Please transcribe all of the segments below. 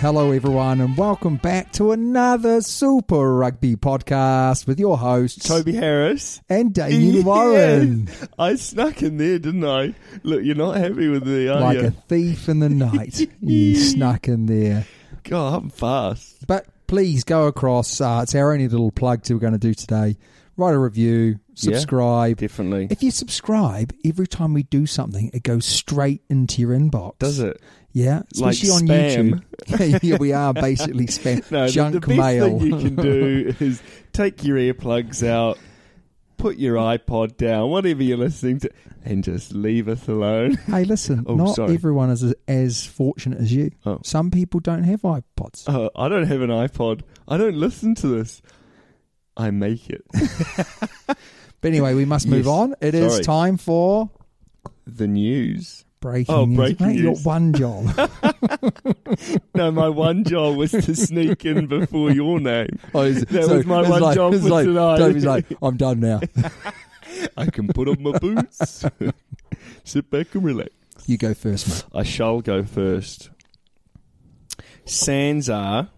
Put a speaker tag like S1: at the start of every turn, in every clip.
S1: Hello, everyone, and welcome back to another Super Rugby podcast with your hosts
S2: Toby Harris
S1: and Damien Warren,
S2: Yes. I snuck in there, didn't I? Look, you're not happy with me, are
S1: like
S2: you?
S1: a thief in the night. you snuck in there,
S2: God, I'm fast.
S1: but please go across. Uh, it's our only little plug to we're going to do today. Write a review, subscribe.
S2: Definitely.
S1: if you subscribe, every time we do something, it goes straight into your inbox.
S2: Does it?
S1: Yeah,
S2: Like
S1: especially on
S2: spam.
S1: YouTube. yeah, we are basically spam.
S2: No, the-
S1: junk
S2: the, best
S1: mail.
S2: thing you can do is take your earplugs out, put your iPod down, whatever you're listening to, and just leave us alone.
S1: Hey, listen,
S2: Oh,
S1: not
S2: sorry.
S1: everyone is as fortunate as you.
S2: Oh.
S1: Some people don't have iPods.
S2: Oh, I don't have an iPod. I don't listen to this. I make it.
S1: But anyway, we must move
S2: Yes.
S1: on. It is
S2: Sorry.
S1: time for
S2: the news.
S1: breaking
S2: Oh,
S1: news.
S2: breaking
S1: Mate, Your
S2: news.
S1: one job.
S2: No, my one job was to sneak in before your name. that was my one job for
S1: like,
S2: tonight.
S1: Toby's like, I'm done now.
S2: I can put on my boots, sit back and relax.
S1: You go first, mate.
S2: I shall go first. Sansa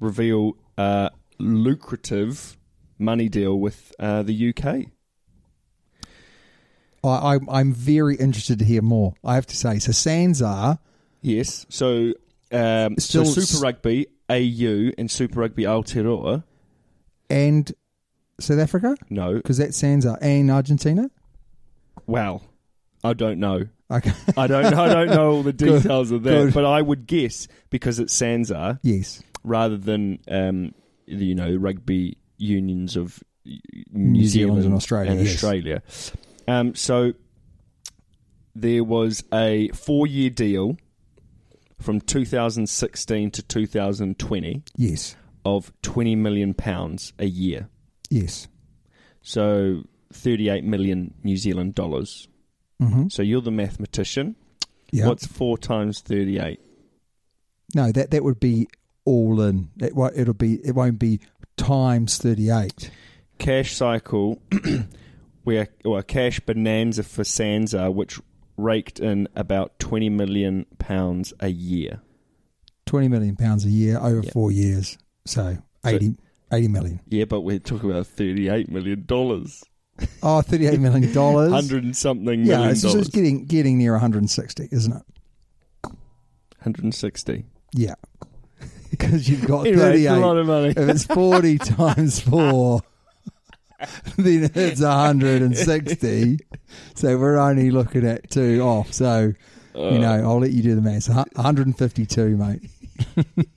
S2: reveal a lucrative money deal with uh, the UK.
S1: I, I, I'm very interested to hear more. I have to say. So Sansa,
S2: Yes, so um,
S1: Still
S2: so
S1: s-
S2: Super Rugby AU and Super Rugby Aotearoa.
S1: and South Africa,
S2: No,
S1: because that's Sansa and Argentina.
S2: wow, I don't know.
S1: Okay.
S2: I don't. I don't know all the
S1: Good,
S2: details of that,
S1: good.
S2: but I would guess because it's Sansa
S1: yes.
S2: rather than um, the, you know rugby unions of New,
S1: New
S2: Zealand,
S1: Zealand and Australia,
S2: and
S1: yes.
S2: Australia. Um, so there was a four-year deal from 2016 to 2020
S1: Yes.
S2: of 20 million pounds a year.
S1: Yes.
S2: So 38 million New Zealand dollars.
S1: Mhm.
S2: So you're the mathematician.
S1: Yeah.
S2: What's four times 38?
S1: No, that that would be all in. It won't. It'll be. It won't be times thirty eight.
S2: cash cycle where or a cash bonanza for Sansa, which raked in about twenty million pounds a year.
S1: Twenty million pounds a year over
S2: Yeah.
S1: four years. So 80, 80 million.
S2: Yeah, but we're talking about thirty-eight million dollars,
S1: Oh, 38 million dollars.
S2: hundred and something
S1: yeah,
S2: million
S1: it's
S2: dollars,
S1: just getting getting near one hundred and sixty, isn't it?
S2: hundred and sixty.
S1: Yeah, because you've got
S2: Anyway,
S1: thirty
S2: it's a lot
S1: eight.
S2: of money.
S1: If it's forty times four, then it's hundred and sixty. So we're only looking at two off. So
S2: Uh.
S1: you know, I'll let you do the maths. One hundred and fifty two, mate.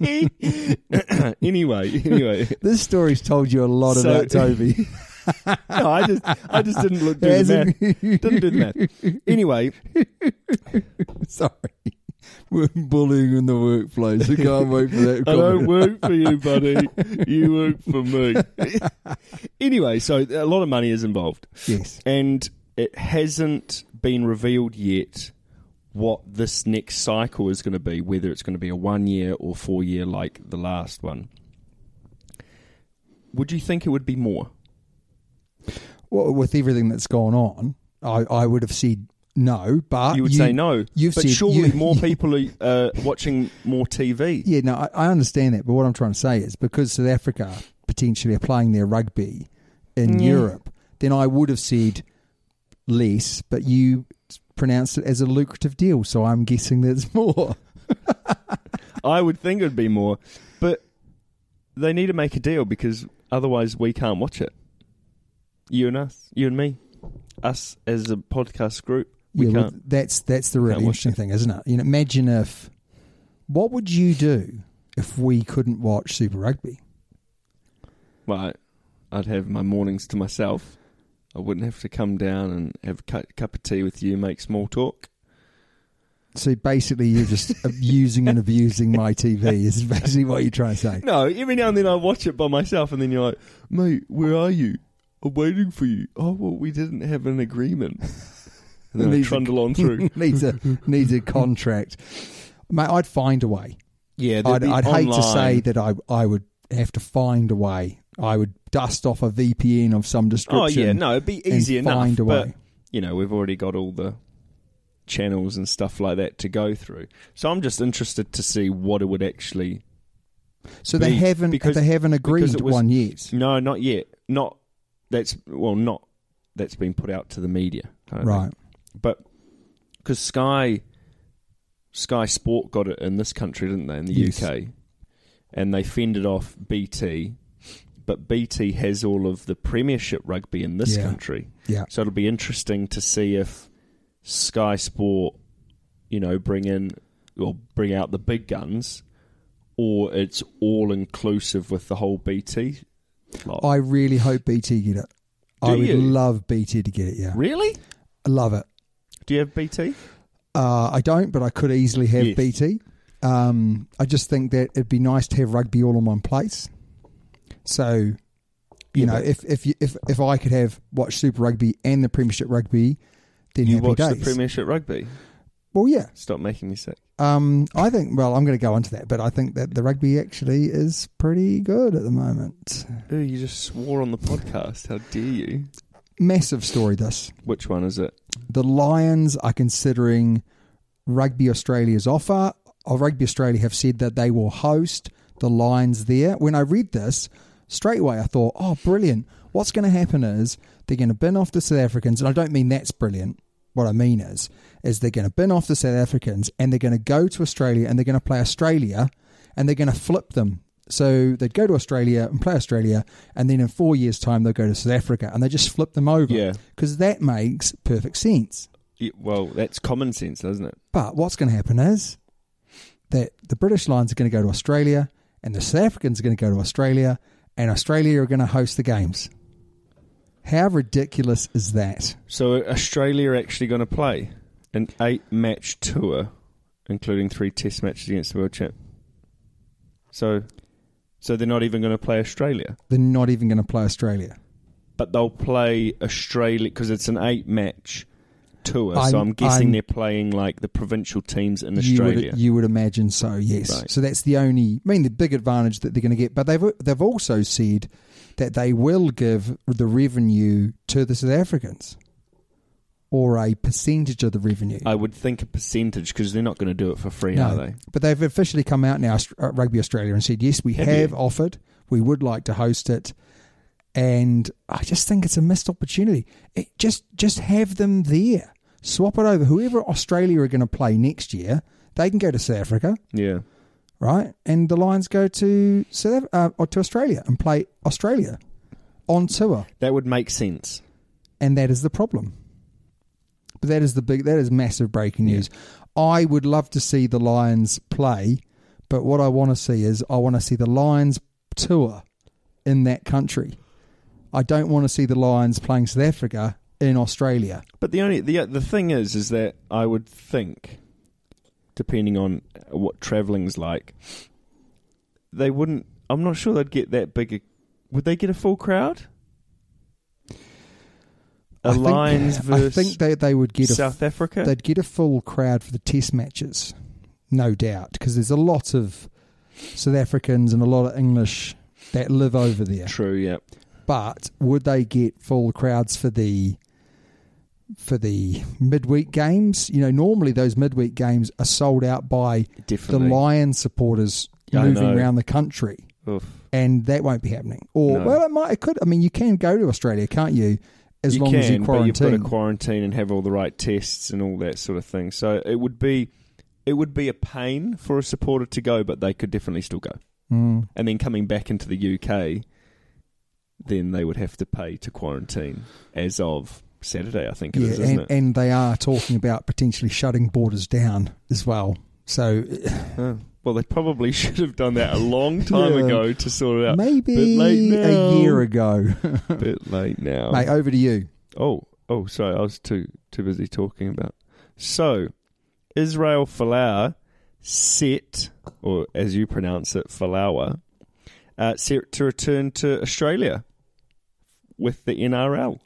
S2: anyway, anyway,
S1: This story's told you a lot
S2: So-
S1: about Toby.
S2: no, I just, I just didn't look do the
S1: Hasn't-
S2: math. Didn't do the math. Anyway,
S1: Sorry. bullying in the workplace. I can't wait for that.
S2: I
S1: comment.
S2: don't work for you, buddy. You work for me. anyway, so a lot of money is involved.
S1: Yes.
S2: And it hasn't been revealed yet what this next cycle is going to be, whether it's going to be a one year or four year like the last one. Would you think it would be more?
S1: Well, with everything that's gone on, I, I would have said no, but
S2: You would say no.
S1: Uh, You've
S2: but
S1: said
S2: surely
S1: you-
S2: more people are uh, watching more TV.
S1: Yeah, no, I, I understand that, but what I'm trying to say is because South Africa potentially are playing their rugby
S2: Mm.
S1: in Europe, then I would have said less, but you pronounced it as a lucrative deal, so I'm guessing there's more.
S2: I would think it would be more. But they need to make a deal because otherwise we can't watch it. You and us, you and me, us as a podcast group, we
S1: yeah, well,
S2: can't.
S1: that's that's the really
S2: Can't watch
S1: interesting thing, isn't it? You know, imagine if what would you do if we couldn't watch Super Rugby?
S2: Well, I- I'd have my mornings to myself. I wouldn't have to come down and have a cu- cup of tea with you, make small talk.
S1: So basically, you're just abusing and abusing my TV. Is basically what you're trying to say.
S2: No, every now and then I watch it by myself, and then you're like, "Mate, where are you? I'm waiting for you." Oh well, we didn't have an agreement. And then I
S1: These are-
S2: trundle on through.
S1: needs a needs a contract. Mate, I'd find a way.
S2: Yeah,
S1: I'd, I'd hate to say that I I would have to find a way. I would dust off a VPN of some description.
S2: Oh yeah, no, it'd be
S1: and
S2: easy enough.
S1: find a
S2: but
S1: way.
S2: you know, we've already got all the channels and stuff like that to go through. So I'm just interested to see what it would actually.
S1: So they
S2: be,
S1: haven't
S2: because-
S1: they haven't agreed
S2: because it was-
S1: one yet.
S2: No, not yet. Not that's well, not that's been put out to the media. I don't
S1: Right.
S2: think. but because Sky Sky Sport got it in this country, didn't they? In the
S1: Yes.
S2: UK, and they fended off BT, but BT has all of the Premiership rugby in this
S1: Yeah.
S2: country.
S1: Yeah.
S2: So it'll be interesting to see if Sky Sport, you know, bring in or bring out the big guns, or it's all inclusive with the whole BT. lot.
S1: I really hope BT get it. I
S2: Do
S1: would
S2: you?
S1: love BT to get it. Yeah,
S2: really?
S1: I love it.
S2: Do you have BT?
S1: Uh, I don't, but I could easily have
S2: Yes.
S1: BT. Um, I just think that it'd be nice to have rugby all in one place. So, you know, if if you, if if I could have watched Super Rugby and the Premiership Rugby, then
S2: You
S1: happy
S2: watch
S1: days.
S2: the Premiership rugby.
S1: well, yeah.
S2: Stop making me sick.
S1: Um, I think. Well, I'm going to go into that, but I think that the rugby actually is pretty good at the moment.
S2: Ooh, you just swore on the podcast. How dare you?
S1: Massive story. This
S2: Which one is it?
S1: the Lions are considering Rugby Australia's offer. Uh, Rugby Australia have said that they will host the Lions there. When I read this, straight away I thought, oh, brilliant. What's going to happen is they're going to bin off the South Africans, and I don't mean that's brilliant. What I mean is, is they're going to bin off the South Africans and they're going to go to Australia and they're going to play Australia and they're going to flip them. So they'd go to Australia and play Australia, and then in four years' time they'll go to South Africa and they just flip them over.
S2: Yeah.
S1: Because that makes perfect sense.
S2: Y- Well, that's common sense, doesn't it?
S1: But what's going to happen is that the British Lions are going to go to Australia and the South Africans are going to go to Australia and Australia are going to host the games. How ridiculous is that?
S2: So Australia are actually going to play an eight-match tour, including three Test matches against the World Champ. So, so they're not even going to play Australia,
S1: They're not even going to play Australia.
S2: but they'll play Australia because it's an eight-match tour. so
S1: I'm-
S2: I'm guessing
S1: I'm-
S2: they're playing like the provincial teams in
S1: You
S2: Australia.
S1: would, you would imagine so, yes.
S2: Right.
S1: So that's the only, I mean, the big advantage that they're going to get. But they've they've also said that they will give the revenue to the South Africans or a percentage of the revenue.
S2: I would think a percentage because they're not going to do it for free, are they?
S1: But they've officially come out now, Aust- uh, Rugby Australia, and said, yes, we have, offered. We would like to host it. And I just think it's a missed opportunity. It, just, just have them there. Swap it over. Whoever Australia are going to play next year, they can go to South Africa,
S2: Yeah.
S1: right? And the Lions go to South Af- uh, or to Australia and play Australia on tour.
S2: That would make sense.
S1: And that is the problem. But that is the big that is massive breaking news. I would love to see the Lions play, but what I want to see is I want to see the Lions tour in that country. I don't want to see the Lions playing South Africa in Australia.
S2: uh, But the only the the thing is, is that I would think depending on uh, what travelling's like, they wouldn't. I'm not sure they'd get that big. A, would they get a full crowd? A
S1: I think-
S2: Lions
S1: I
S2: versus
S1: think they, they would get a
S2: South Africa.
S1: they'd get a full crowd for the test matches, no doubt, because there's a lot of South Africans and a lot of English that live over there.
S2: True. Yeah.
S1: But would they get full crowds for the for the midweek games? You know, normally those midweek games are sold out by
S2: Definitely.
S1: the Lions supporters
S2: Yeah, I
S1: moving
S2: know.
S1: around the country
S2: Oof.
S1: and that won't be happening. Or
S2: No.
S1: well, it might. It could. I mean, you can go to Australia, can't you? As long as you
S2: but
S1: quarantine.
S2: you've got to quarantine and have all the right tests and all that sort of thing. So it would be, it would be a pain for a supporter to go, but they could definitely still go.
S1: Hmm.
S2: Mm. And then coming back into the UK, then they would have to pay to quarantine as of Saturday, I think it
S1: yeah,
S2: is,
S1: and,
S2: not it?
S1: and they are talking about potentially shutting borders down as well. So
S2: well, they probably should have done that a long time
S1: Yeah.
S2: ago to sort it out. Bit late
S1: maybe
S2: now.
S1: a year ago.
S2: Bit late now.
S1: Mate, over to you.
S2: Oh, oh, sorry, I was too too busy talking about. So, Israel Folau set, or as you pronounce it, Falawa, uh, set to return to Australia with the NRL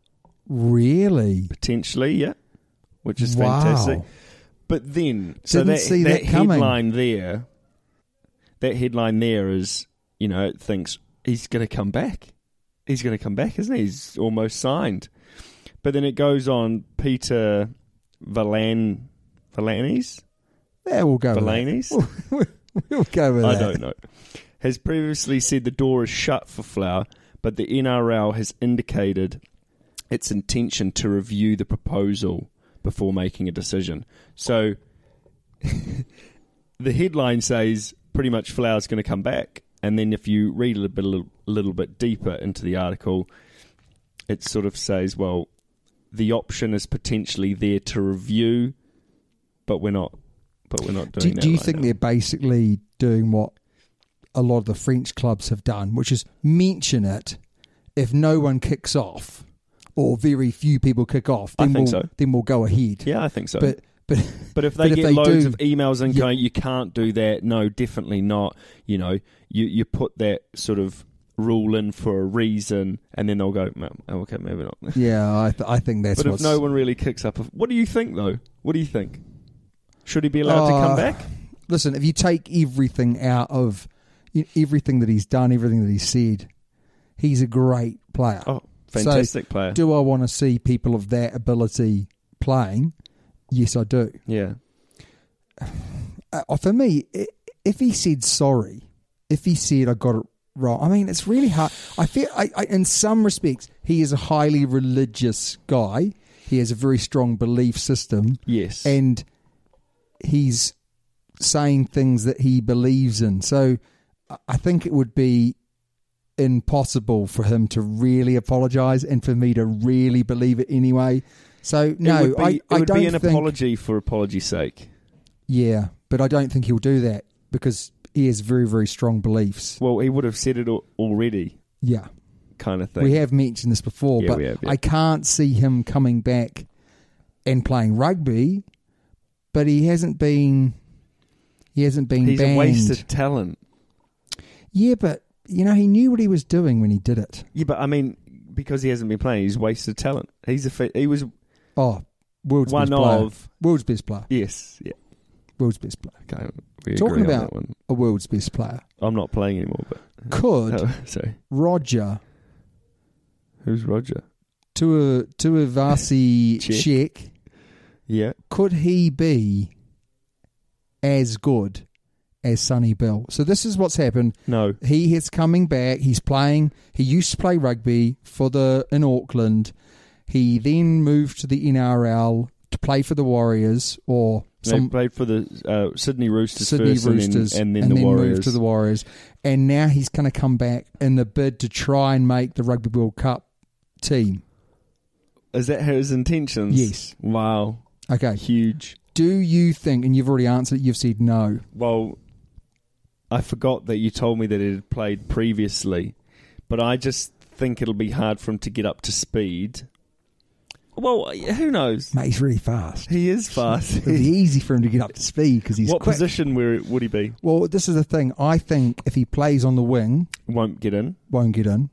S1: Really?
S2: potentially, yeah, which is
S1: wow.
S2: fantastic. But then, so
S1: Didn't
S2: that,
S1: see
S2: that,
S1: that coming.
S2: headline there, that headline there is, you know, it thinks he's going to come back. He's going to come back, isn't he? He's almost signed. But then it goes on Peter Valan, Valanis?
S1: Yeah, we'll go.
S2: Valanis?
S1: With that. We'll go with
S2: I
S1: that.
S2: don't know. Has previously said the door is shut for Flower, but the NRL has indicated its intention to review the proposal before making a decision. So the headline says pretty much Flower's going to come back. And then if you read a little bit, a little bit deeper into the article, it sort of says, well, the option is potentially there to review, but we're not. But we're not doing
S1: Do,
S2: that.
S1: do you
S2: right
S1: think
S2: now.
S1: they're basically doing what a lot of the French clubs have done, which is mention it if no one kicks off or very few people kick off,
S2: I
S1: then
S2: think
S1: we'll
S2: so.
S1: then we'll go ahead.
S2: Yeah, I think so.
S1: But but
S2: But if they
S1: But if
S2: get
S1: they
S2: loads
S1: do-
S2: of emails and
S1: Yeah.
S2: going, you can't do that. No, definitely not. You know, you you put that sort of rule in for a reason, and then they'll go, "Well, okay, maybe not.
S1: yeah, I th- I think that's
S2: but if
S1: what's
S2: no one really kicks up, what do you think though? What do you think? Should he be allowed to
S1: Uh,
S2: come back?
S1: listen, if you take everything out of you everything that he's done, everything that he's said, he's a great player.
S2: Oh,
S1: So,
S2: fantastic player.
S1: Do I want to see people of that ability playing? Yes, I do.
S2: yeah,
S1: uh, for me, i- if he said sorry, if he said I got it wrong, I mean, it's really hard. I feel, I, I, in some respects, he is a highly religious guy. He has a very strong belief system,
S2: yes,
S1: and he's saying things that he believes in. So, I- I think it would be impossible for him to really apologize, and for me to really believe it anyway. So,
S2: It
S1: no,
S2: would be,
S1: I,
S2: it
S1: I
S2: would
S1: don't
S2: be an
S1: think.
S2: apology for apology's sake.
S1: Yeah, but I don't think he'll do that because he has very, very strong beliefs.
S2: Well, he would have said it al- already,
S1: Yeah.
S2: kind of thing.
S1: We have mentioned this before,
S2: Yeah,
S1: but
S2: we have, yeah.
S1: I can't see him coming back and playing rugby, but he hasn't been he hasn't been
S2: He's
S1: banned.
S2: a wasted talent.
S1: Yeah, but you know, he knew what he was doing when he did it.
S2: Yeah, but I mean, because he hasn't been playing, he's wasted talent. He's a fa- he was
S1: Oh, world's
S2: One
S1: best player.
S2: of-
S1: world's best player.
S2: yes yeah.
S1: World's best player.
S2: Okay, we
S1: Talking
S2: agree on
S1: about
S2: that one.
S1: a world's best player.
S2: I'm not playing anymore. But
S1: Could
S2: oh, sorry,
S1: Roger
S2: who's Roger?
S1: to a to a Vasi
S2: Check.
S1: check
S2: Yeah,
S1: could he be as good as Sonny Bill? So this is what's happened.
S2: no,
S1: He is coming back. He's playing. He used to play rugby for the in Auckland. He then moved to the NRL to play for the Warriors or
S2: they
S1: some
S2: played for the uh, Sydney Roosters
S1: Sydney
S2: first,
S1: Roosters
S2: and then, and then the Warriors.
S1: moved to the Warriors. And now he's going to come back in the bid to try and make the Rugby World Cup team.
S2: Is that his intentions?
S1: Yes.
S2: Wow,
S1: Okay.
S2: huge.
S1: Do you think, and you've already answered it, you've said no.
S2: Well, I forgot that you told me that it had played previously, but I just think it'll be hard for him to get up to speed. Well, who knows?
S1: Mate, he's really fast.
S2: He is fast.
S1: It'd be easy for him to get up to speed because he's
S2: what
S1: quick.
S2: position where would he be?
S1: Well, this is the thing. I think if he plays on the wing,
S2: Won't get in.
S1: won't get in.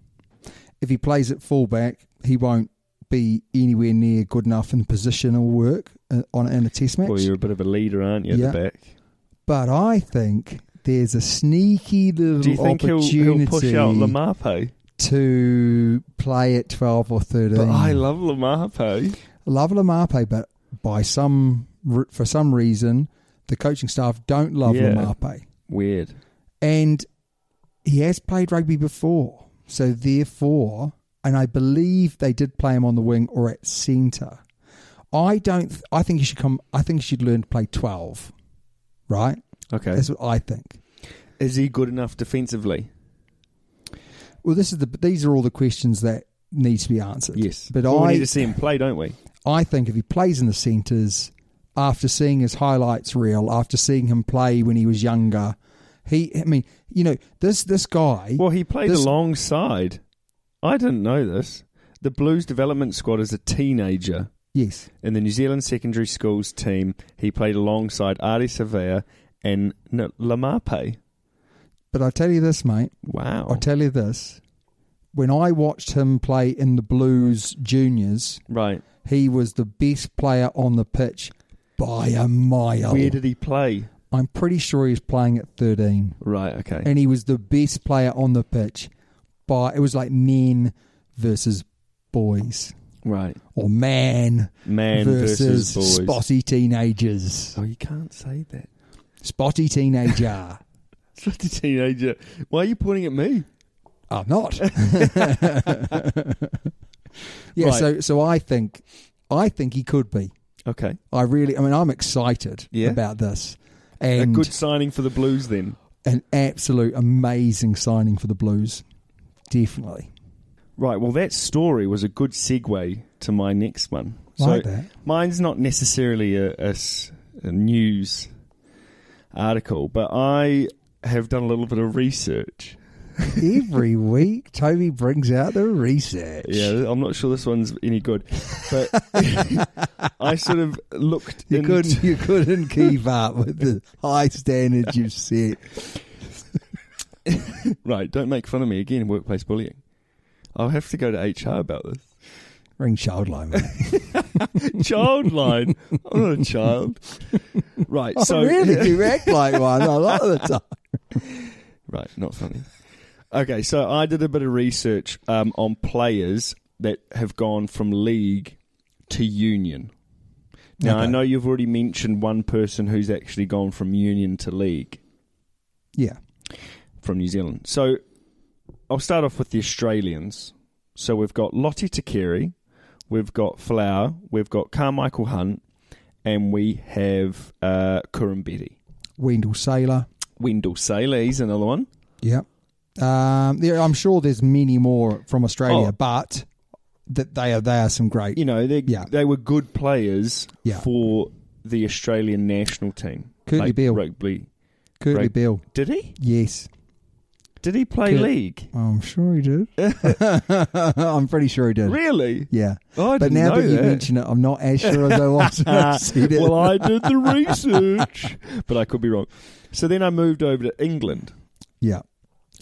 S1: If he plays at fullback, he won't be anywhere near good enough in positional work uh, on in a test match.
S2: Well, you're a bit of a leader, aren't you? At
S1: Yeah.
S2: the back.
S1: But I think there's a sneaky little
S2: Do you think he'll,
S1: opportunity
S2: he'll push out Lamape?
S1: to play at 12 or 13.
S2: But I love Lamape.
S1: love Lamape, but by some re- for some reason, the coaching staff don't love
S2: Yeah.
S1: Lamape.
S2: Weird.
S1: and he has played rugby before. So therefore, and I believe they did play him on the wing or at centre. I don't. Th- I think he should come. I think he should learn to play twelve. Right.
S2: Okay.
S1: That's what I think.
S2: Is he good enough defensively?
S1: Well, this is the. These are all the questions that need to be answered. But
S2: Well, we
S1: I
S2: need to see him play, don't we?
S1: I think if he plays in the centres, after seeing his highlights reel, after seeing him play when he was younger, he. I mean, you know, this this guy.
S2: Well, he played
S1: This-
S2: alongside. I didn't know this. The Blues development squad as a teenager
S1: yes.
S2: in the New Zealand secondary schools team. He played alongside Artie Savea and N- Lamape.
S1: But I tell you this, mate.
S2: Wow.
S1: I'll tell you this. When I watched him play in the Blues juniors,
S2: right.
S1: he was the best player on the pitch by a mile.
S2: Where did he play?
S1: I'm pretty sure he was playing at 13,
S2: Right. Okay.
S1: and he was the best player on the pitch by it was like men versus boys
S2: right.
S1: or man,
S2: Man versus, boys.
S1: spotty teenagers.
S2: Oh, you can't say that.
S1: Spotty teenager.
S2: Spotty teenager. Why are you pointing at me?
S1: I'm not. yeah,
S2: Right.
S1: so so I think I think he could be.
S2: Okay.
S1: I really, I mean, I'm excited
S2: Yeah.
S1: about this,
S2: A
S1: and
S2: good signing for the Blues then.
S1: an absolute amazing signing for the Blues, definitely.
S2: Right, well, that story was a good segue to my next one.
S1: Like that.
S2: Mine's not necessarily a, a s- a news article, but I have done a little bit of research.
S1: Every week, Toby brings out the research.
S2: Yeah, I'm not sure this one's any good, but I sort of looked
S1: you
S2: into-
S1: couldn't, you couldn't keep up with the high standards you've set.
S2: Right, don't make fun of me again, workplace bullying. I'll have to go to HR about this.
S1: Ring child line. mate.
S2: Child line. I'm not a child. Right, so
S1: I Oh, really do act like one a lot of the time.
S2: Right, not funny. okay, so I did a bit of research um, on players that have gone from league to union. Now, I
S1: Okay.
S2: know you've already mentioned one person who's actually gone from union to league
S1: Yeah,
S2: from New Zealand. So I'll start off with the Australians. So we've got Lottie Takiri, we've got Flower, we've got Carmichael Hunt, and we have uh, Kurambeti.
S1: Wendell Sailor.
S2: Wendell Saylor, he's another one.
S1: Yeah. Um, there, I'm sure there's many more from Australia,
S2: Oh.
S1: but that they are they are some great.
S2: you know, they
S1: Yeah.
S2: they were good players
S1: Yeah.
S2: for the Australian national team.
S1: Curtly Beale.
S2: Rugby.
S1: Curtly
S2: Right.
S1: Bill.
S2: Did he?
S1: Yes.
S2: Did he play
S1: Curt-
S2: league?
S1: I'm sure he did. I'm pretty sure he did.
S2: Really?
S1: Yeah.
S2: Oh, I
S1: but
S2: didn't
S1: now
S2: know
S1: that, you
S2: that.
S1: mention it, I'm not as sure as I was when I said it.
S2: well, I did the research, but I could be wrong. So then I moved over to England,
S1: yeah.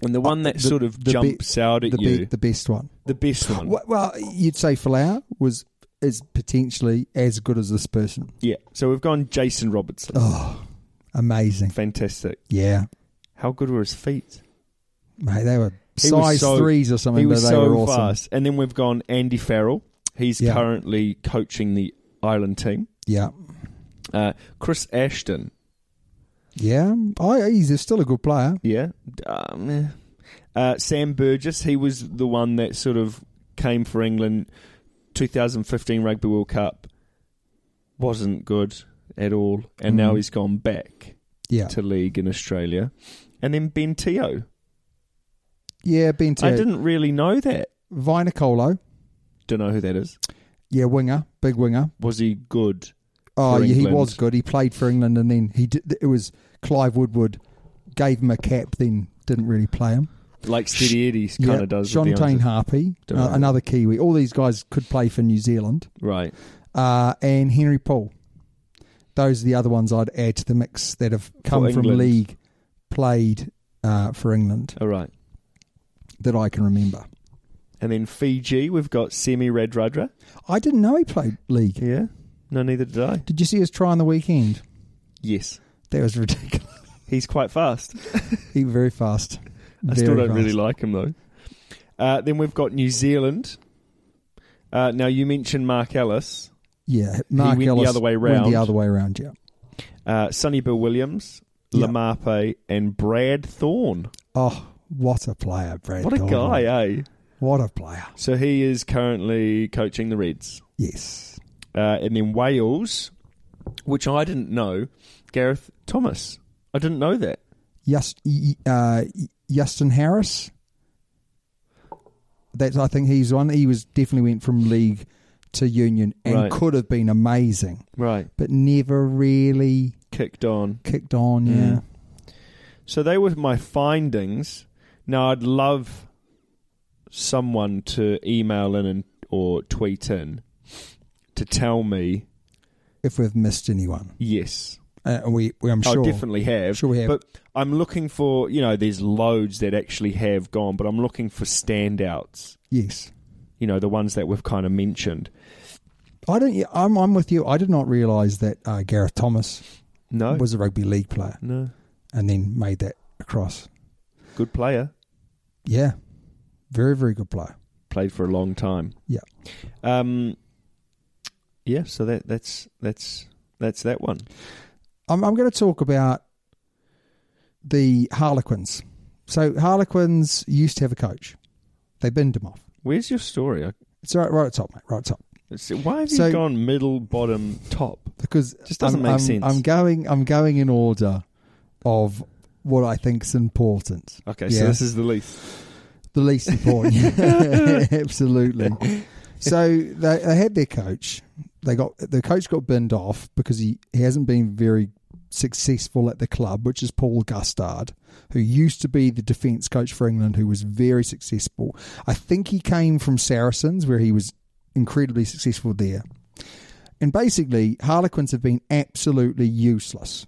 S2: and the one that
S1: Uh, The-
S2: sort of
S1: the be-
S2: jumps out at
S1: the
S2: you,
S1: Be, the best one.
S2: the best one.
S1: Wh- Well, you'd say Falau was is potentially as good as this person.
S2: Yeah. So we've gone Jason Robertson.
S1: Oh. Amazing.
S2: Fantastic.
S1: Yeah.
S2: How good were his feet?
S1: Mate, they were
S2: He
S1: size
S2: was so-
S1: threes or something,
S2: He
S1: but
S2: was
S1: they
S2: so
S1: were awesome.
S2: fast. And then we've gone Andy Farrell. He's
S1: Yeah.
S2: currently coaching the Ireland team.
S1: Yeah.
S2: Uh, Chris Ashton,
S1: Yeah. I, he's still a good player.
S2: yeah. Um, eh. uh, Sam Burgess, he was the one that sort of came for England 2015 Rugby World Cup. Wasn't good at all. And now he's gone back
S1: Yeah.
S2: to league in Australia. And then Ben Teo.
S1: yeah, Ben
S2: I
S1: Teo.
S2: didn't really know that.
S1: Vinacolo.
S2: Don't know who that is.
S1: Yeah, winger, big winger.
S2: Was he good?
S1: Oh,
S2: For
S1: yeah, he
S2: England.
S1: was good. He played for England and then he did, it was Clive Woodward gave him a cap then didn't really play him.
S2: like Steady Eddie kind
S1: Yeah,
S2: of does. with the
S1: Shontain
S2: answer.
S1: Harpy,
S2: Don't
S1: uh,
S2: know.
S1: another Kiwi. All these guys could play for New Zealand.
S2: right?
S1: Uh, and Henry Paul. Those are the other ones I'd add to the mix that have come from
S2: England.
S1: league, played uh, for England
S2: All right.
S1: that I can remember.
S2: And then Fiji, we've got Semi Radradra.
S1: I didn't know he played league.
S2: Yeah. No, neither did I.
S1: Did you see his try on the weekend?
S2: Yes.
S1: That was ridiculous.
S2: He's quite fast.
S1: he was very fast.
S2: I still don't really like him though. Uh, then we've got New Zealand. Uh, now you mentioned Mark Ellis,
S1: Yeah, Mark
S2: went the
S1: Ellis
S2: other way
S1: went
S2: round.
S1: the other way round. Yeah.
S2: uh, Sonny Bill Williams,
S1: Yeah.
S2: Lamape, and Brad Thorne.
S1: Oh, what a player, Brad.
S2: What a
S1: Doyle.
S2: guy, eh?
S1: What a player.
S2: So he is currently coaching the Reds.
S1: Yes.
S2: Uh, and then Wales, which I didn't know, Gareth Thomas. I didn't know that.
S1: Yes, y- uh, Justin Harris. That's I think he's one. He was definitely went from league to union and
S2: Right.
S1: could have been amazing,
S2: Right.
S1: but never really
S2: Kicked on.
S1: kicked on. Yeah.
S2: Mm. So they were my findings. Now I'd love someone to email in and, or tweet in to tell me
S1: If we've missed anyone,
S2: yes.
S1: uh, we, we I'm sure
S2: I Oh, definitely have.
S1: Sure we have.
S2: But I'm looking for you know, there's loads that actually have gone, but I'm looking for standouts.
S1: yes.
S2: You know, the ones that we've kind of mentioned.
S1: I don't. yeah, I'm I'm with you. I did not realise that uh, Gareth Thomas
S2: No.
S1: was a rugby league player
S2: no.
S1: and then made that across.
S2: Good player.
S1: Yeah, very very good player.
S2: Played for a long time.
S1: Yeah.
S2: Um Yeah, so that that's that's that's that one.
S1: I'm, I'm going to talk about the Harlequins. So Harlequins used to have a coach. They binned him off.
S2: Where's your story? I
S1: It's right, right at the top, mate. Right at the top.
S2: It's- why have
S1: So-
S2: you gone middle, bottom, top?
S1: Because
S2: Just doesn't
S1: I'm,
S2: make
S1: I'm-
S2: sense.
S1: I'm going. I'm going in order of what I think's important.
S2: Okay,
S1: Yeah.
S2: so this is the least.
S1: The least important. Absolutely. So they, they had their coach. They got the coach got binned off because he, he hasn't been very successful at the club, which is Paul Gustard, who used to be the defence coach for England, who was very successful. I think he came from Saracens, where he was incredibly successful there. And basically, Harlequins have been absolutely useless.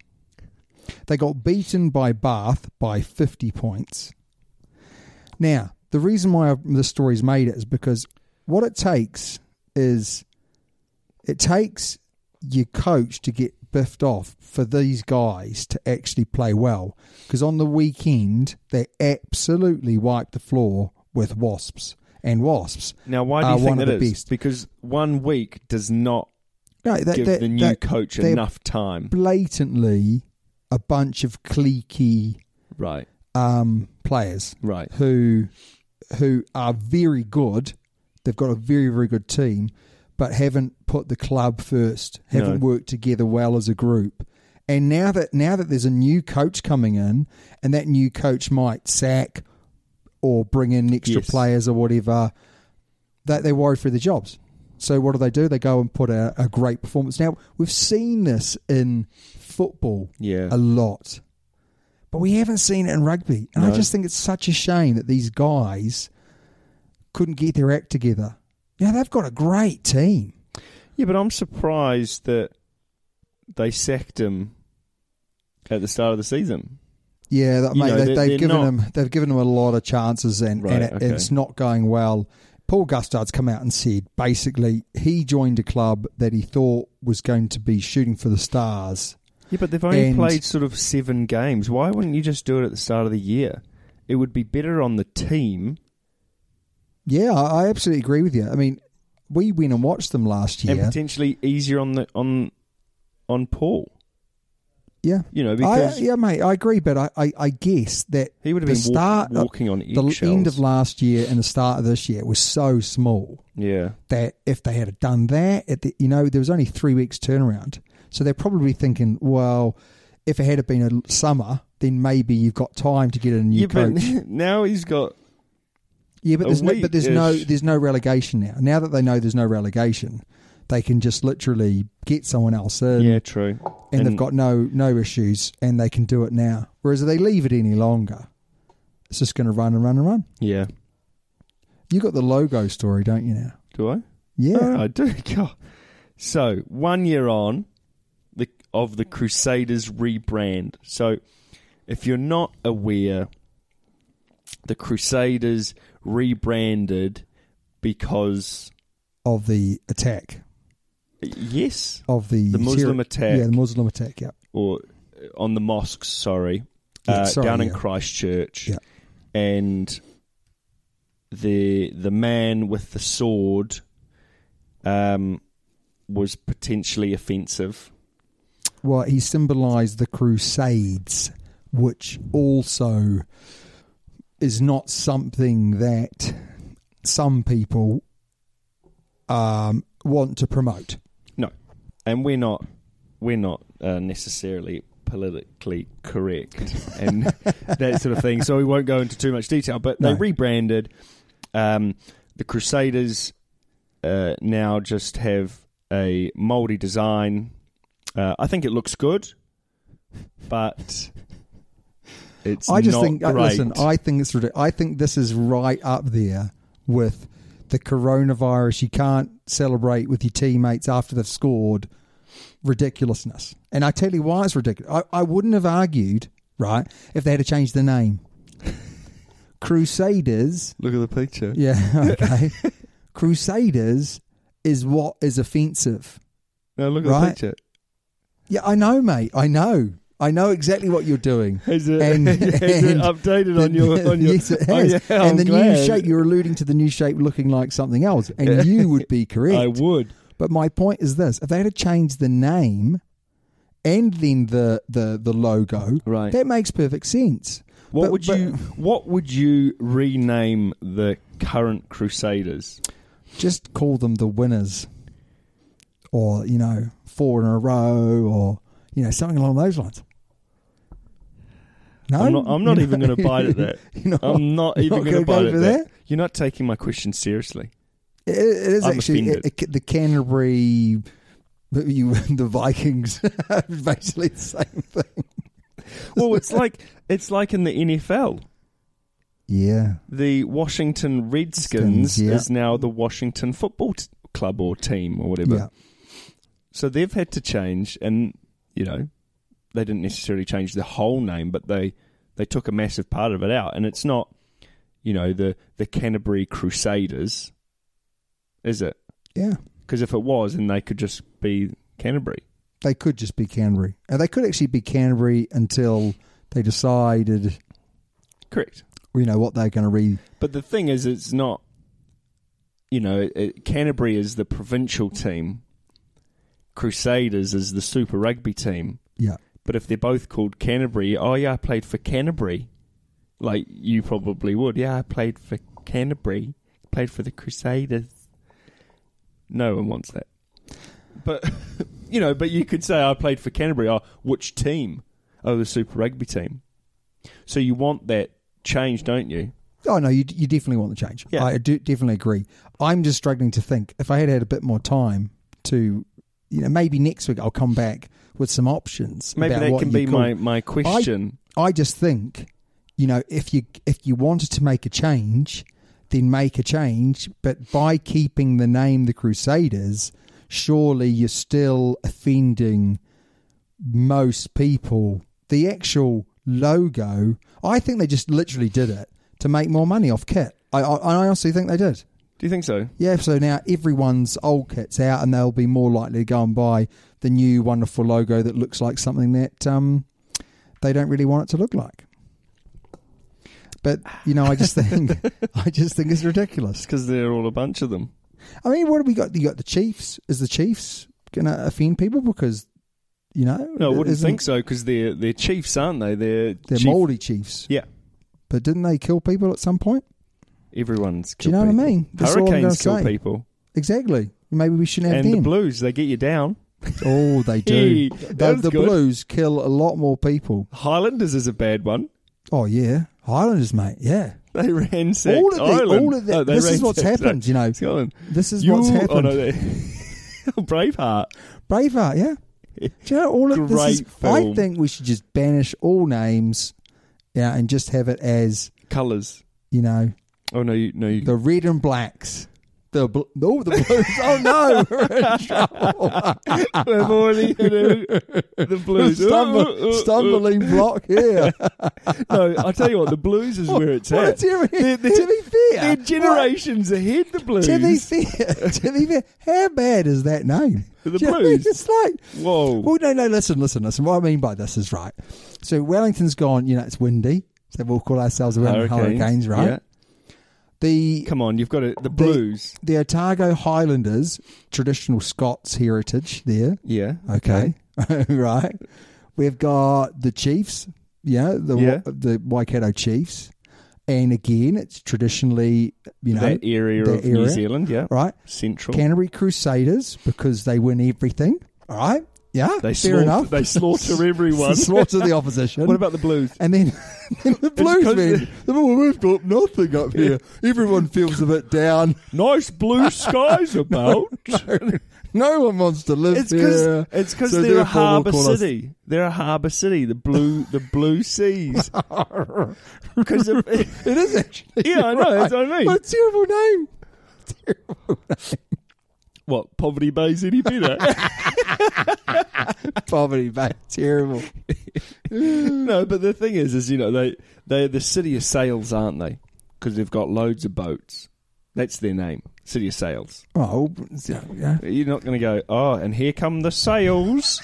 S1: They got beaten by Bath by 50 points. Now, the reason why the story's made it is because what it takes is it takes your coach to get biffed off for these guys to actually play well. Because on the weekend, they absolutely wiped the floor with Wasps. And Wasps
S2: Now, why do
S1: are
S2: you think
S1: Uh, one
S2: that
S1: of the
S2: is?
S1: best.
S2: Because one week does not
S1: No, that,
S2: give
S1: that-
S2: the new
S1: that-
S2: coach
S1: they're
S2: enough time.
S1: Blatantly, a bunch of cliquey
S2: Right,
S1: um, players
S2: right.
S1: who who are very good. They've got a very very good team, but haven't put the club first. Haven't
S2: No.
S1: worked together well as a group. And now that now that there's a new coach coming in, and that new coach might sack or bring in extra
S2: Yes.
S1: players or whatever, that they're worried for their jobs. So what do they do? They go and put a, a great performance. Now we've seen this in football
S2: Yeah.
S1: a lot, but we haven't seen it in rugby. And I
S2: No.
S1: just think it's such a shame that these guys couldn't get their act together. Yeah, they've got a great team.
S2: Yeah, but I'm surprised that they sacked him at the start of the season.
S1: Yeah, that,
S2: You
S1: mate,
S2: know,
S1: they,
S2: they're-
S1: have
S2: they're
S1: given
S2: not-
S1: him they've given him a lot of chances, and,
S2: Right,
S1: and it,
S2: okay.
S1: it's not going well. Paul Gustard's come out and said basically he joined a club that he thought was going to be shooting for the stars.
S2: Yeah, but they've only
S1: And-
S2: played sort of seven games. Why wouldn't you just do it at the start of the year? It would be better on the team.
S1: Yeah, I, I absolutely agree with you. I mean, we went and watched them last year.
S2: and potentially easier on the on on Paul.
S1: Yeah,
S2: You know, because-
S1: I, yeah, mate, I agree, but I, I, I guess that
S2: He would have
S1: the
S2: been wa-
S1: start of-
S2: walking on
S1: the
S2: eggshells.
S1: end of last year and the start of this year was so small
S2: Yeah,
S1: that if they had done that, at the, you know, there was only three weeks turnaround, so they're probably thinking, well, if it had been a l- summer, then maybe you've got time to get a new
S2: yeah,
S1: coach.
S2: but now he's got
S1: yeah, but
S2: a
S1: there's no, but there's no
S2: week-ish.
S1: there's no relegation now. Now that they know there's no relegation, they can just literally get someone else in.
S2: yeah, true,
S1: and, they've got no no issues and they can do it now. Whereas if they leave it any longer, It's just going to run and run and run.
S2: Yeah.
S1: You got the logo story, don't you now?
S2: Do I? Oh,
S1: Yeah.
S2: I do. God. So one year on, the of the Crusaders rebrand. So if you're not aware, the Crusaders rebranded because
S1: Of the attack.
S2: yes,
S1: Of the,
S2: The Muslim
S1: terror-
S2: attack.
S1: Yeah, the Muslim attack. Yeah.
S2: or uh, on the mosques. Sorry,
S1: Yeah,
S2: uh,
S1: sorry,
S2: down in
S1: yeah.
S2: Christchurch,
S1: Yeah.
S2: and the the man with the sword um, was potentially offensive.
S1: Well, he symbolized the Crusades, which also is not something that some people um, want to promote.
S2: No, and we're not we're not uh, necessarily politically correct and that sort of thing. So we won't go into too much detail. But they
S1: No.
S2: rebranded. Um, the Crusaders uh, now just have a mouldy design. Uh, I think it looks good, but it's
S1: I just
S2: not
S1: think, uh,
S2: great.
S1: listen, I think it's ridiculous. I think this is right up there with the coronavirus. You can't celebrate with your teammates after they've scored. Ridiculousness. And I tell you why it's ridiculous. I, I wouldn't have argued, right, if they had to change the name. Crusaders
S2: look at the picture.
S1: Yeah, okay. Crusaders is what is offensive.
S2: No, look at the
S1: Right.
S2: picture.
S1: Yeah, I know, mate. I know. I know exactly what you're doing.
S2: Has it- has it updated on your- on your-
S1: yes, it
S2: oh,
S1: has.
S2: yeah,
S1: and
S2: I'm
S1: the
S2: glad.
S1: new shape you're alluding to the new shape looking like something else, and you would be correct.
S2: I would.
S1: But my point is this: if they had to change the name and then the the the logo,
S2: Right.
S1: that makes perfect sense.
S2: What
S1: But-
S2: would
S1: but-
S2: you What would you rename the current Crusaders?
S1: just call them the winners or you know four in a row or you know something along those lines no
S2: I'm not, I'm not
S1: You're
S2: even going to bite at that.
S1: You're not-
S2: I'm not
S1: you're
S2: even going
S1: gonna
S2: to
S1: go
S2: bite at
S1: for
S2: that.
S1: that?
S2: You're not taking my question seriously.
S1: It, it is
S2: I'm
S1: actually
S2: offended.
S1: it- it- the canterbury the- you, the vikings basically the same thing
S2: Well, it's like it's like in the NFL.
S1: yeah
S2: The Washington Redskins
S1: Skins, yeah.
S2: is now the Washington Football t- Club or team or whatever.
S1: yeah
S2: So they've had to change, and you know, they didn't necessarily change the whole name, but they they took a massive part of it out, and it's not, you know, the the Canterbury Crusaders, is it?
S1: yeah
S2: Because if it was, then they could just be Canterbury.
S1: they could just be canterbury and they could actually be canterbury until they decided
S2: Correct.
S1: you know what they're going to re
S2: But the thing is, it's not. You know, it- it, Canterbury is the provincial team. Crusaders is the Super Rugby team.
S1: yeah
S2: But if they're both called Canterbury, oh yeah, I played for Canterbury. Like you probably would. Yeah, I played for Canterbury. Played for the Crusaders. No one wants that. But you know, but you could say I played for Canterbury. Oh, which team? Oh, the Super Rugby team. So you want that change, don't you?
S1: Oh no, you you definitely want the change.
S2: Yeah.
S1: I do definitely agree. I'm just struggling to think. If I had had a bit more time to, you know, maybe next week I'll come back with some options.
S2: Maybe
S1: about
S2: that
S1: what
S2: can
S1: you
S2: be
S1: call-
S2: my, my question.
S1: I, I just think, you know, if you if you wanted to make a change, then make a change. But by keeping the name the Crusaders, surely you're still offending most people. The actual logo, I think they just literally did it to make more money off kit. I, I, I honestly think they did.
S2: Do you think so?
S1: Yeah, so now everyone's old kit's out, and they'll be more likely to go and buy the new wonderful logo that looks like something that um, they don't really want it to look like. But you know, I just think, I just think it's ridiculous.
S2: Because they're all a bunch of them.
S1: I mean, what have we got? You got the Chiefs. Is the Chiefs gonna offend people because you know?
S2: No, I wouldn't
S1: isn't-
S2: think so because they're they're chiefs, aren't they? They're
S1: They're
S2: chief-
S1: Maori Chiefs,
S2: Yeah,
S1: but didn't they kill people at some point?
S2: everyone's.
S1: Do you
S2: killed
S1: know what I
S2: people.
S1: mean? That's all I'm
S2: Hurricanes kill
S1: gonna say.
S2: people,
S1: Exactly. Maybe we shouldn't have
S2: and the
S1: them.
S2: Blues they get you down.
S1: oh, they do.
S2: Hey,
S1: the
S2: that's
S1: the
S2: good.
S1: Blues kill a lot more people.
S2: Highlanders is a bad one.
S1: Oh yeah, Highlanders, mate. Yeah,
S2: They ransacked
S1: All of the-
S2: Ireland.
S1: all of the-
S2: No, they
S1: this is what's
S2: ransacked-
S1: happened, you know.
S2: Scotland.
S1: This is
S2: You-
S1: what's
S2: Oh, no,
S1: happened.
S2: they- Braveheart.
S1: Braveheart. Yeah. Do you know all of this? Is,
S2: Great film.
S1: I think we should just banish all names, yeah, and just have it as
S2: colours.
S1: you know,
S2: Oh no, you, no, you,
S1: the red and blacks. The bl- oh, the blues. oh no, we're in trouble.
S2: I've already hit it. the blues. Oh,
S1: Stumble, stumbling block here.
S2: No, I tell you what, the blues is where it's
S1: Well,
S2: at.
S1: to, be,
S2: They're- they're-
S1: to be fair,
S2: they're generations ahead. The blues.
S1: To be fair, to be fair, how bad is that name?
S2: The
S1: Do you know,
S2: Blues.
S1: It's like
S2: Whoa.
S1: Well, no, no. Listen, listen, listen. What I mean by this is right. So Wellington's gone. You know, it's windy, so we'll call ourselves the Wellington Hurricanes, right?
S2: Yeah.
S1: The
S2: Come on, you've got it. The blues.
S1: the, the Otago Highlanders, traditional Scots heritage there.
S2: yeah.
S1: Okay, right. We've got the Chiefs. Yeah, the Wa-
S2: Yeah.
S1: the Waikato Chiefs, and again, it's traditionally you know
S2: that area
S1: that
S2: of New
S1: area,
S2: Zealand. Yeah.
S1: right?
S2: Central.
S1: Canterbury Crusaders because they win everything. All right. Yeah. fair
S2: they slaughter,
S1: enough.
S2: They slaughter everyone.
S1: slaughter the opposition.
S2: What about the blues?
S1: and then, then the blues
S2: 'cause
S1: man. Oh, we've got nothing up here. Everyone feels a bit down.
S2: Nice blue skies about.
S1: No one wants to live
S2: It's
S1: here.
S2: because it's because
S1: So
S2: they're a
S1: therefore we'll
S2: harbour
S1: call us-
S2: city. They're a harbour city. The blue the blue seas. Because
S1: It is actually.
S2: Yeah, I know,
S1: right.
S2: that's what I mean.
S1: What a terrible name.
S2: what poverty bay's any better?
S1: Poverty, mate. Terrible.
S2: no, but the thing is, is you know they they are the city of sails, aren't they? Because they've got loads of boats. That's their name, city of sails.
S1: Oh, yeah.
S2: You're not going to go, oh, and here come the sails.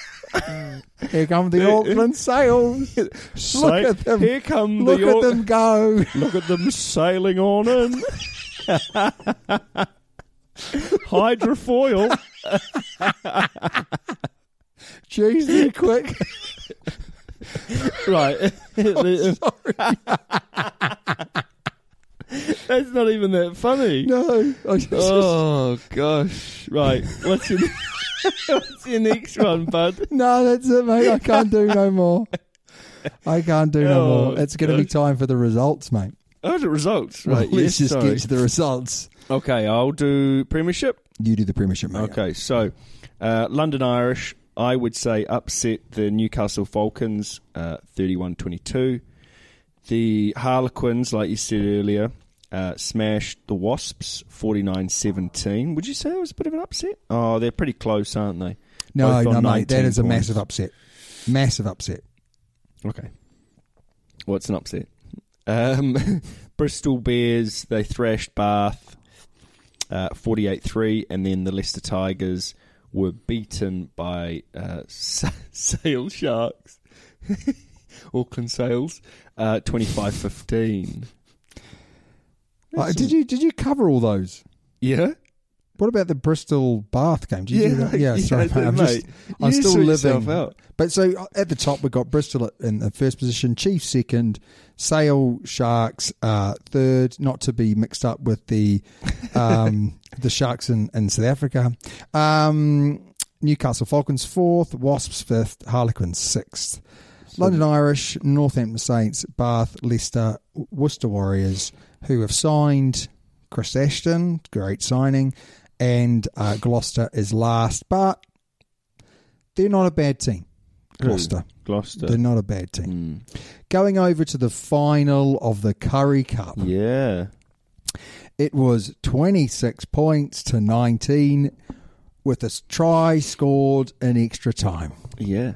S1: Here come the Auckland sails. Look
S2: Say-
S1: at them.
S2: Here come
S1: Look
S2: the
S1: at
S2: Au-
S1: them go.
S2: Look at them sailing on in. Hydrofoil.
S1: Jeez, they're quick.
S2: right. That's not even that funny.
S1: No. I just-
S2: Oh, gosh. Right. What's your, what's your next one, bud?
S1: No, that's it, mate. I can't do no more. I can't do no
S2: Oh,
S1: more. It's going to be
S2: gosh.
S1: time for the results, mate.
S2: Oh, the results. Right.
S1: Well, let's
S2: yes,
S1: just
S2: sorry.
S1: get to the results.
S2: Okay, I'll do Premiership.
S1: You do the Premiership, mate.
S2: Okay, so uh, London Irish, I would say, upset the Newcastle Falcons uh, 31-22. The Harlequins, like you said earlier, uh, smashed the Wasps 49-17. Would you say it was a bit of an upset? Oh, they're pretty close, aren't they?
S1: No,
S2: Both
S1: no,
S2: on
S1: mate. That
S2: 19
S1: is a
S2: points.
S1: massive upset. Massive upset.
S2: Okay. What's an upset? Um, Bristol Bears, they thrashed Bath uh, 48-3, and then the Leicester Tigers were beaten by uh, Sa- Sale Sharks, Auckland Sales, uh, 25-15.
S1: Uh, did you did you cover all those?
S2: Yeah?
S1: What about the Bristol Bath game? Did you do that?
S2: yeah,
S1: sorry,
S2: I did,
S1: I'm,
S2: mate.
S1: just, I'm
S2: You
S1: still
S2: sort yourself
S1: living.
S2: out.
S1: But so uh, at the top, we've got Bristol at- in the first position, Chiefs second, Sale Sharks uh, third, not to be mixed up with the um, the Sharks in, in South Africa. Um, Newcastle Falcons fourth, Wasps fifth, Harlequins sixth. London Irish, Northampton Saints, Bath, Leicester, Worcester Warriors, who have signed Chris Ashton, great signing, and uh, Gloucester is last, but they're not a bad team. Gloucester,
S2: Gloucester.
S1: they're not a bad team. Going over to the final of the Curry Cup,
S2: yeah.
S1: it was 26 points to 19 with a try scored in extra time.
S2: Yeah.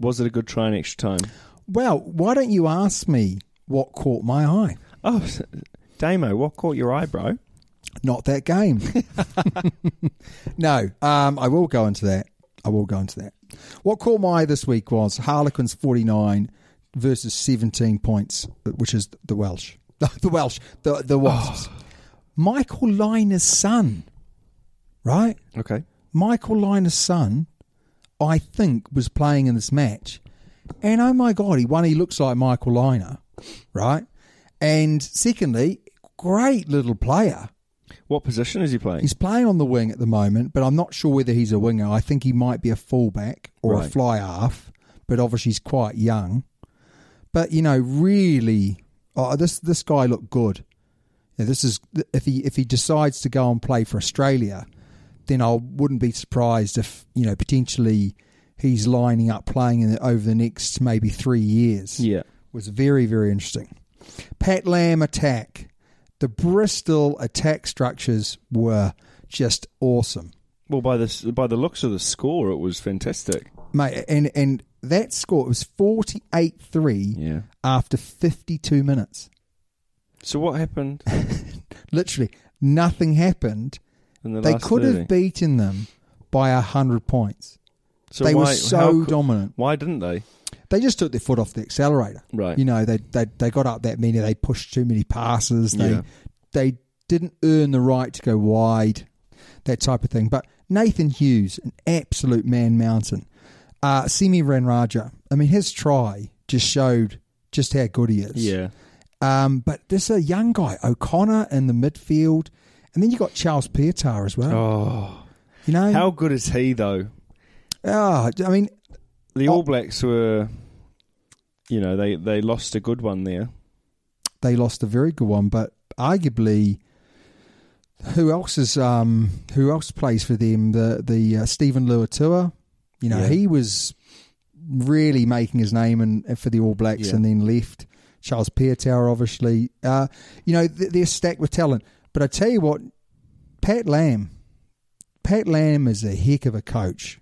S2: Was it a good try in extra time?
S1: Well, why don't you ask me what caught my eye?
S2: Oh, s- Damo, what caught your eye, bro?
S1: not that game. no, um, I will go into that. I will go into that. What caught my eye this week was Harlequins 49 versus 17 points, which is the Welsh. The Welsh, the, the Wasps. Michael Liner's son, right?
S2: Okay.
S1: Michael Liner's son, I think, was playing in this match. And oh my God, he one, he looks like Michael Liner, right? And secondly, great little player.
S2: What position is he playing?
S1: He's playing on the wing at the moment, but I'm not sure whether he's a winger. I think he might be a fullback or a
S2: Right.
S1: fly half, but obviously he's quite young. But you know, really, oh, this this guy looked good. Now, this is if he if he decides to go and play for Australia, then I wouldn't be surprised if you know potentially he's lining up playing in the, over the next maybe three years
S2: yeah.
S1: was very very interesting. Pat Lam attack. The Bristol attack structures were just awesome,
S2: Well, by the by the looks of the score, it was fantastic.
S1: mate. And and that score was forty eight three
S2: Yeah.
S1: after fifty two minutes.
S2: So what happened
S1: Literally nothing happened.
S2: in the
S1: they
S2: last
S1: could
S2: 30?
S1: have beaten them by hundred points.
S2: So
S1: they were
S2: why-
S1: so
S2: how co-
S1: dominant.
S2: Why didn't they?
S1: they just took their foot off the accelerator.
S2: Right.
S1: You know, they they, they got up that many, they pushed too many passes, they
S2: Yeah.
S1: they didn't earn the right to go wide, that type of thing. But Nathan Hughes, an absolute man mountain. Uh Simi Ranraja, I mean his try just showed just how good he is.
S2: Yeah.
S1: Um, but there's a young guy, O'Connor in the midfield. And then you got Charles Pietar as well.
S2: Oh,
S1: you know?
S2: how good is he though?
S1: Ah, I mean,
S2: The
S1: Oh.
S2: All Blacks were, you know, they they lost a good one there.
S1: they lost a very good one, but arguably, who else is um, who else plays for them? The the uh, Stephen Luatua, you know,
S2: Yeah.
S1: he was really making his name and for the All Blacks,
S2: Yeah.
S1: and then left. Charles Piertower, obviously, uh, you know, th- they're stacked with talent. But I tell you what, Pat Lamb, Pat Lamb is a heck of a coach,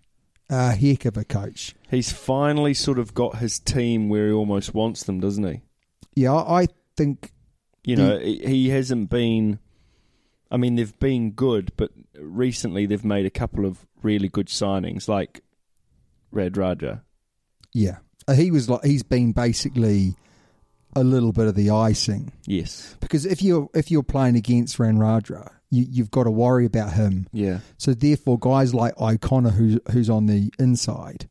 S1: a heck of a coach.
S2: He's finally sort of got his team where he almost wants them, doesn't he?
S1: Yeah, I I think
S2: You know, he he hasn't been. I mean, they've been good, but recently they've made a couple of really good signings, like Red Raja.
S1: Yeah, Uh, he was like he's been basically a little bit of the icing
S2: Yes.
S1: because if you're if you're playing against Ranradra, you, you've got to worry about him.
S2: Yeah.
S1: So therefore, guys like Icona, who's who's on the inside,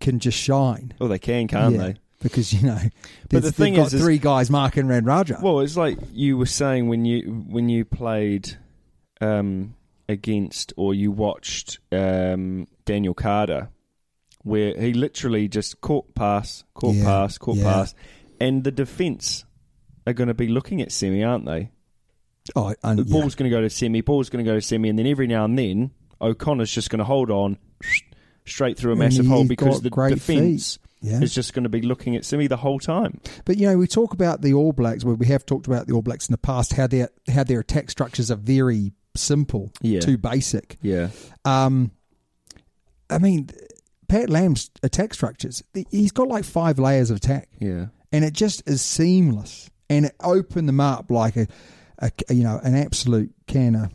S1: can just shine,
S2: Well, they can, can't
S1: Yeah,
S2: they?
S1: Because you know,
S2: But
S1: but
S2: the
S1: the
S2: thing
S1: they've got
S2: is- is-
S1: three guys marking Ranradra.
S2: Well, it's like you were saying when you when you played um, against or you watched um, Daniel Carter, where he literally just caught pass, caught
S1: Yeah,
S2: pass, caught
S1: yeah.
S2: pass, and the defence are going to be looking at Semi, aren't they?
S1: oh, and,
S2: The
S1: yeah.
S2: ball's going to go to Semi, ball's going to go to Semi, and then every now and then O'Connor's just going to hold on straight through a
S1: And
S2: massive
S1: he's
S2: hole because
S1: got
S2: the
S1: great
S2: defence
S1: feet. Yeah.
S2: is just going to be looking at Semi the whole time.
S1: But you know, we talk about the All Blacks. Well, we have talked about the All Blacks in the past. How their how their attack structures are very simple,
S2: Yeah.
S1: too basic.
S2: Yeah,
S1: Um, I mean, Pat Lamb's attack structures, he's got like five layers of attack,
S2: yeah.
S1: and it just is seamless, and it opened them up like a, a you know, an absolute can of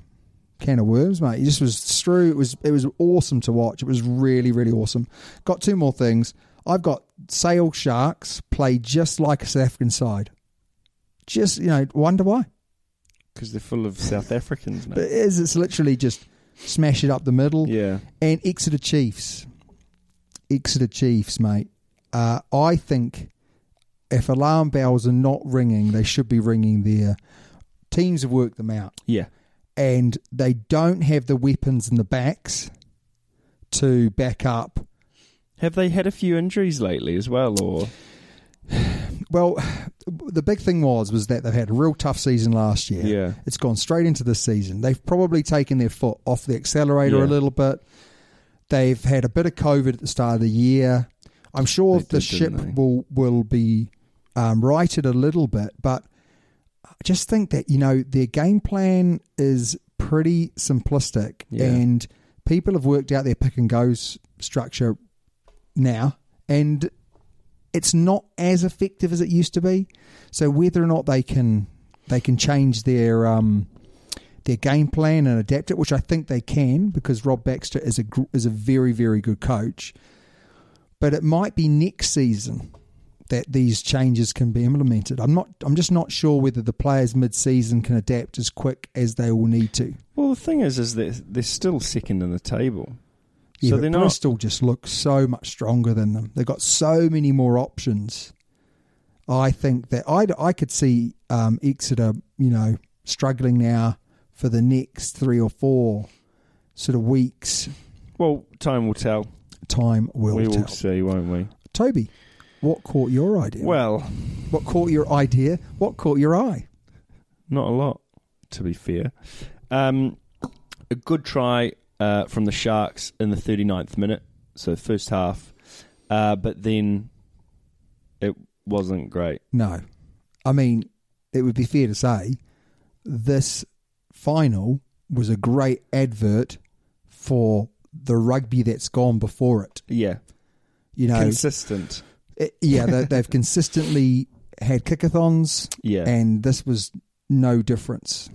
S1: can of worms, mate. It just was through. It was it was awesome to watch. It was really really awesome. Got two more things. I've got Sale Sharks play just like a South African side. Just you know, wonder why.
S2: Because they're full of South Africans, mate.
S1: But it is it's literally just smash it up the middle.
S2: Yeah.
S1: And Exeter Chiefs. Exeter Chiefs, mate. Uh, I think if alarm bells are not ringing, they should be ringing there. Teams have worked them out.
S2: Yeah.
S1: And they don't have the weapons in the backs to back up.
S2: Have they had a few injuries lately as well, or
S1: Well, the big thing was was that they've had a real tough season last year.
S2: Yeah.
S1: It's gone straight into this season. They've probably taken their foot off the accelerator a
S2: Yeah.
S1: little bit. They've had a bit of COVID at the start of the year. I'm sure
S2: They
S1: the
S2: did,
S1: ship
S2: didn't they?
S1: will will be um, righted a little bit, but I just think that you know their game plan is pretty simplistic,
S2: Yeah.
S1: and people have worked out their pick and goes structure now, and it's not as effective as it used to be. So whether or not they can they can change their um, their game plan and adapt it, which I think they can because Rob Baxter is a gr- is a very very good coach. But it might be next season that these changes can be implemented. I'm not I'm just not sure whether the players mid season can adapt as quick as they will need to.
S2: well, the thing is, is that they're still second in the table,
S1: Yeah,
S2: so
S1: but
S2: they're not.
S1: Bristol just look so much stronger than them. They've got so many more options. I think that I, I could see um, Exeter, you know, struggling now for the next three or four sort of weeks.
S2: Well, time will tell.
S1: Time will
S2: we
S1: tell.
S2: will see, won't we?
S1: Toby, what caught your idea?
S2: Well,
S1: what caught your idea? What caught your eye?
S2: not a lot, to be fair. Um, a good try uh, from the Sharks in the 39th minute, so first half, uh, but then it wasn't great.
S1: No. I mean, it would be fair to say this final was a great advert for the rugby that's gone before it.
S2: Yeah,
S1: You know,
S2: consistent.
S1: it- yeah, they, they've consistently had kickathons,
S2: Yeah.
S1: and this was no difference.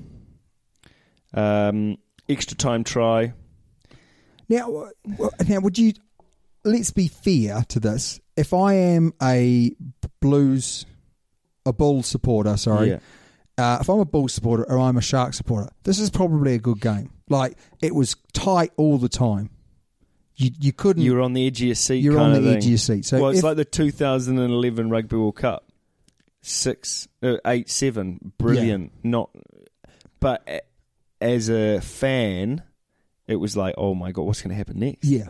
S2: Um, extra time try.
S1: Now, w- now, would you? Let's be fair to this. If I am a Blues, a Bull supporter, sorry,
S2: Yeah.
S1: uh, if I'm a Bull supporter or I'm a Shark supporter, this is probably a good game. Like it was tight all the time. You you couldn't.
S2: You're on the edge of your seat.
S1: You're on
S2: kinda
S1: the edge
S2: thing.
S1: of your seat. So
S2: well, it's
S1: if-
S2: like the 2011 Rugby World Cup, six, uh, eight, seven, brilliant. Not, but a- as a fan, it was like, oh my god, what's going to happen next?
S1: yeah.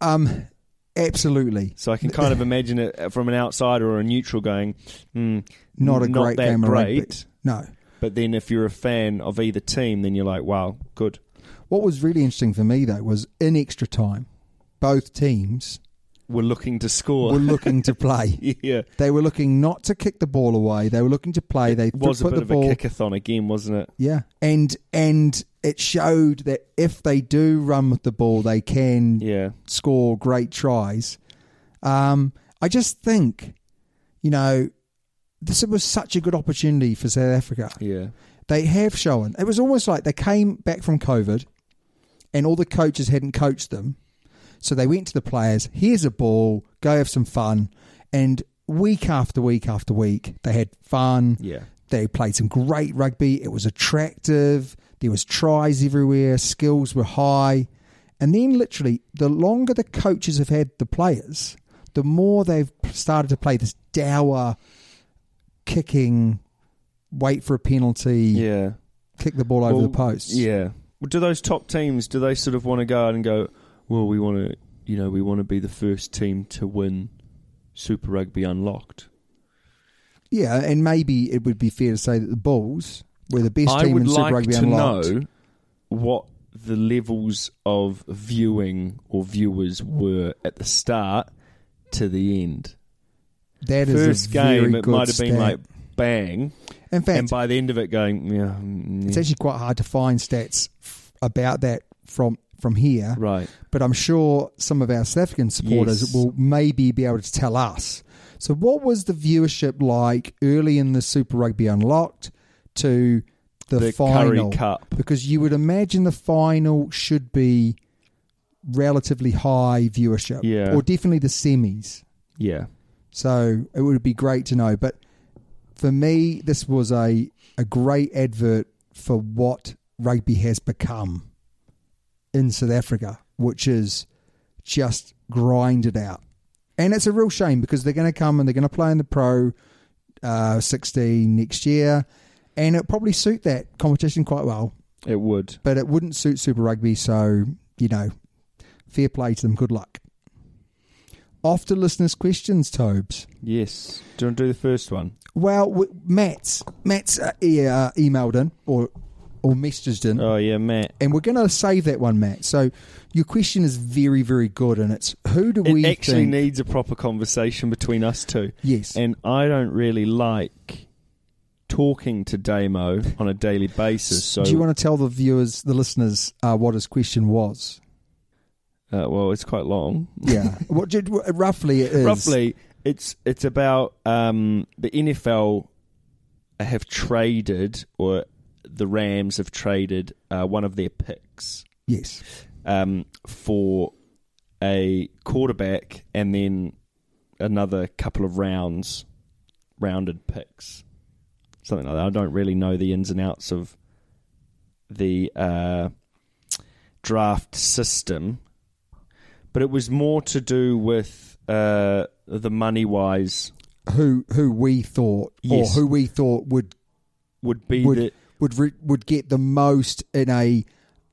S1: Um. Absolutely.
S2: So I can kind of imagine it uh, from an outsider or a neutral going, hmm,
S1: Not a
S2: not
S1: great
S2: that
S1: game of rugby.
S2: great.
S1: No.
S2: But then if you're a fan of either team, then you're like, wow, good.
S1: What was really interesting for me though was in extra time, both teams
S2: We're looking to score.
S1: were looking to play.
S2: yeah.
S1: They were looking not to kick the ball away. They were looking to play. They
S2: It was a
S1: put
S2: bit
S1: the
S2: of
S1: ball.
S2: a kickathon again, wasn't it?
S1: Yeah, and and it showed that if they do run with the ball, they can
S2: Yeah.
S1: score great tries. Um, I just think, you know, this was such a good opportunity for South Africa.
S2: Yeah.
S1: They have shown it was almost like they came back from COVID, and all the coaches hadn't coached them, so they went to the players. Here's a ball. Go have some fun, and. Week after week after week, they had fun.
S2: Yeah.
S1: They played some great rugby. It was attractive. There was tries everywhere. Skills were high. And then literally, the longer the coaches have had the players, the more they've started to play this dour kicking, wait for a penalty,
S2: Yeah.
S1: kick the ball over
S2: Well,
S1: the posts.
S2: Yeah. Well, do those top teams, do they sort of want to go out and go, well, we want to, you know, we want to be the first team to win Super Rugby Unlocked?
S1: Yeah, and maybe it would be fair to say that the Bulls were the best
S2: I
S1: team
S2: would
S1: in Super
S2: like
S1: Rugby
S2: to
S1: Unlocked.
S2: know what the levels of viewing or viewers were at the start to the end.
S1: That is a
S2: First
S1: very
S2: game, it
S1: good
S2: might have been
S1: stat.
S2: like bang,
S1: in fact,
S2: and by the end of it, going, yeah, mm,
S1: It's
S2: yeah,
S1: actually quite hard to find stats f- about that from from here.
S2: right,
S1: But I'm sure some of our South African supporters
S2: Yes.
S1: will maybe be able to tell us. So, what was the viewership like early in the Super Rugby Unlocked to the,
S2: The Curry
S1: final?
S2: Cup.
S1: Because you would imagine the final should be relatively high viewership,
S2: Yeah.
S1: or definitely the semis.
S2: yeah,
S1: So it would be great to know. But for me, this was a, a great advert for what rugby has become in South Africa, which is just grind it out. And it's a real shame because they're going to come and they're going to play in the Pro uh, 16 next year. And it probably suit that competition quite well,
S2: it would.
S1: but it wouldn't suit Super Rugby. So, you know, fair play to them. Good luck. Off to listeners' questions, Tobes.
S2: Yes. Do you want to do the first one?
S1: Well, w- Matt's Matt's uh, e- uh, emailed in or or messaged in,
S2: Oh yeah, Matt.
S1: and we're going to save that one, Matt. So your question is very, very good, and it's who do
S2: It
S1: we
S2: actually
S1: think?
S2: needs a proper conversation between us two.
S1: Yes.
S2: And I don't really like talking to Damo on a daily basis. So
S1: do you want to tell the viewers, the listeners, uh, what his question was?
S2: uh, well, it's quite long.
S1: Yeah, what did, w- roughly it is.
S2: Roughly, it's it's about um, the NFL have traded or the Rams have traded uh, one of their picks
S1: yes.
S2: um, for a quarterback and then another couple of rounds, rounded picks, something like that. I don't really know the ins and outs of the uh, draft system, but it was more to do with uh, the money wise
S1: Who who we thought
S2: Yes.
S1: or who we thought would
S2: would be
S1: would
S2: the
S1: would re- would get the most in a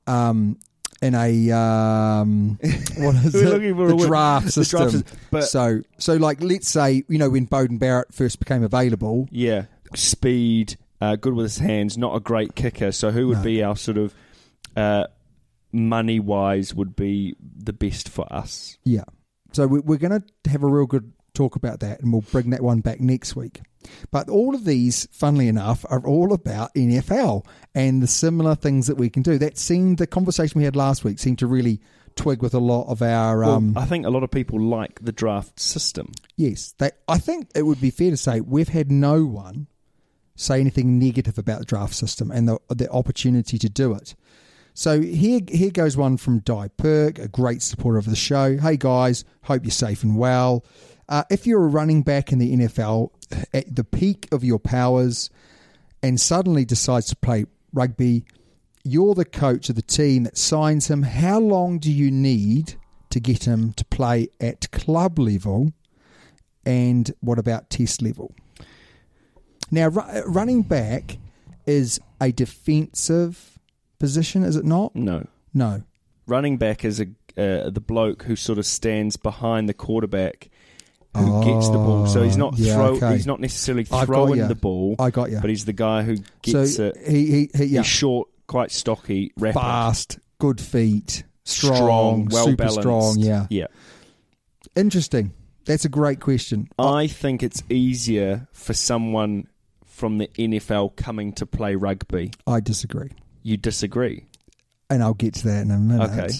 S1: um in a um what is
S2: We're
S1: it?
S2: looking for a
S1: the
S2: win.
S1: draft
S2: The draft
S1: system.
S2: system. But-
S1: so so like let's say you know when Bowden Barrett first became available,
S2: Yeah, speed, uh, good with his hands, not a great kicker. So who would be our sort of uh, money wise would be the best for us?
S1: yeah. So we, we're going to have a real good talk about that, and we'll bring that one back next week. But all of these, funnily enough, are all about NFL and the similar things that we can do. That seemed the conversation we had last week seemed to really twig with a lot of our.
S2: Well,
S1: um,
S2: I think a lot of people like the draft system.
S1: Yes, they, I think it would be fair to say we've had no one say anything negative about the draft system and the, the opportunity to do it. So here, here goes one from Di Perk, a great supporter of the show. Hey guys, hope you're safe and well. Uh, if you're a running back in the NFL at the peak of your powers and suddenly decides to play rugby, you're the coach of the team that signs him. How long do you need to get him to play at club level? and what about test level? Now, ru- running back is a defensive position, is it not?
S2: No,
S1: No.
S2: running back is a uh, the bloke who sort of stands behind the quarterback who gets the ball. So he's not
S1: Oh, yeah,
S2: throw.
S1: okay.
S2: He's not necessarily
S1: I got
S2: throwing
S1: ya.
S2: the ball.
S1: I got ya.
S2: But he's the guy who gets
S1: so
S2: it.
S1: he, he, he, yeah,
S2: He's short, quite stocky, rapid,
S1: fast, good feet, strong,
S2: well
S1: super
S2: balanced.
S1: strong. Yeah.
S2: yeah.
S1: Interesting. That's a great question.
S2: I think it's easier for someone from the NFL coming to play rugby.
S1: I disagree.
S2: You disagree?
S1: And I'll get to that in a minute.
S2: Okay.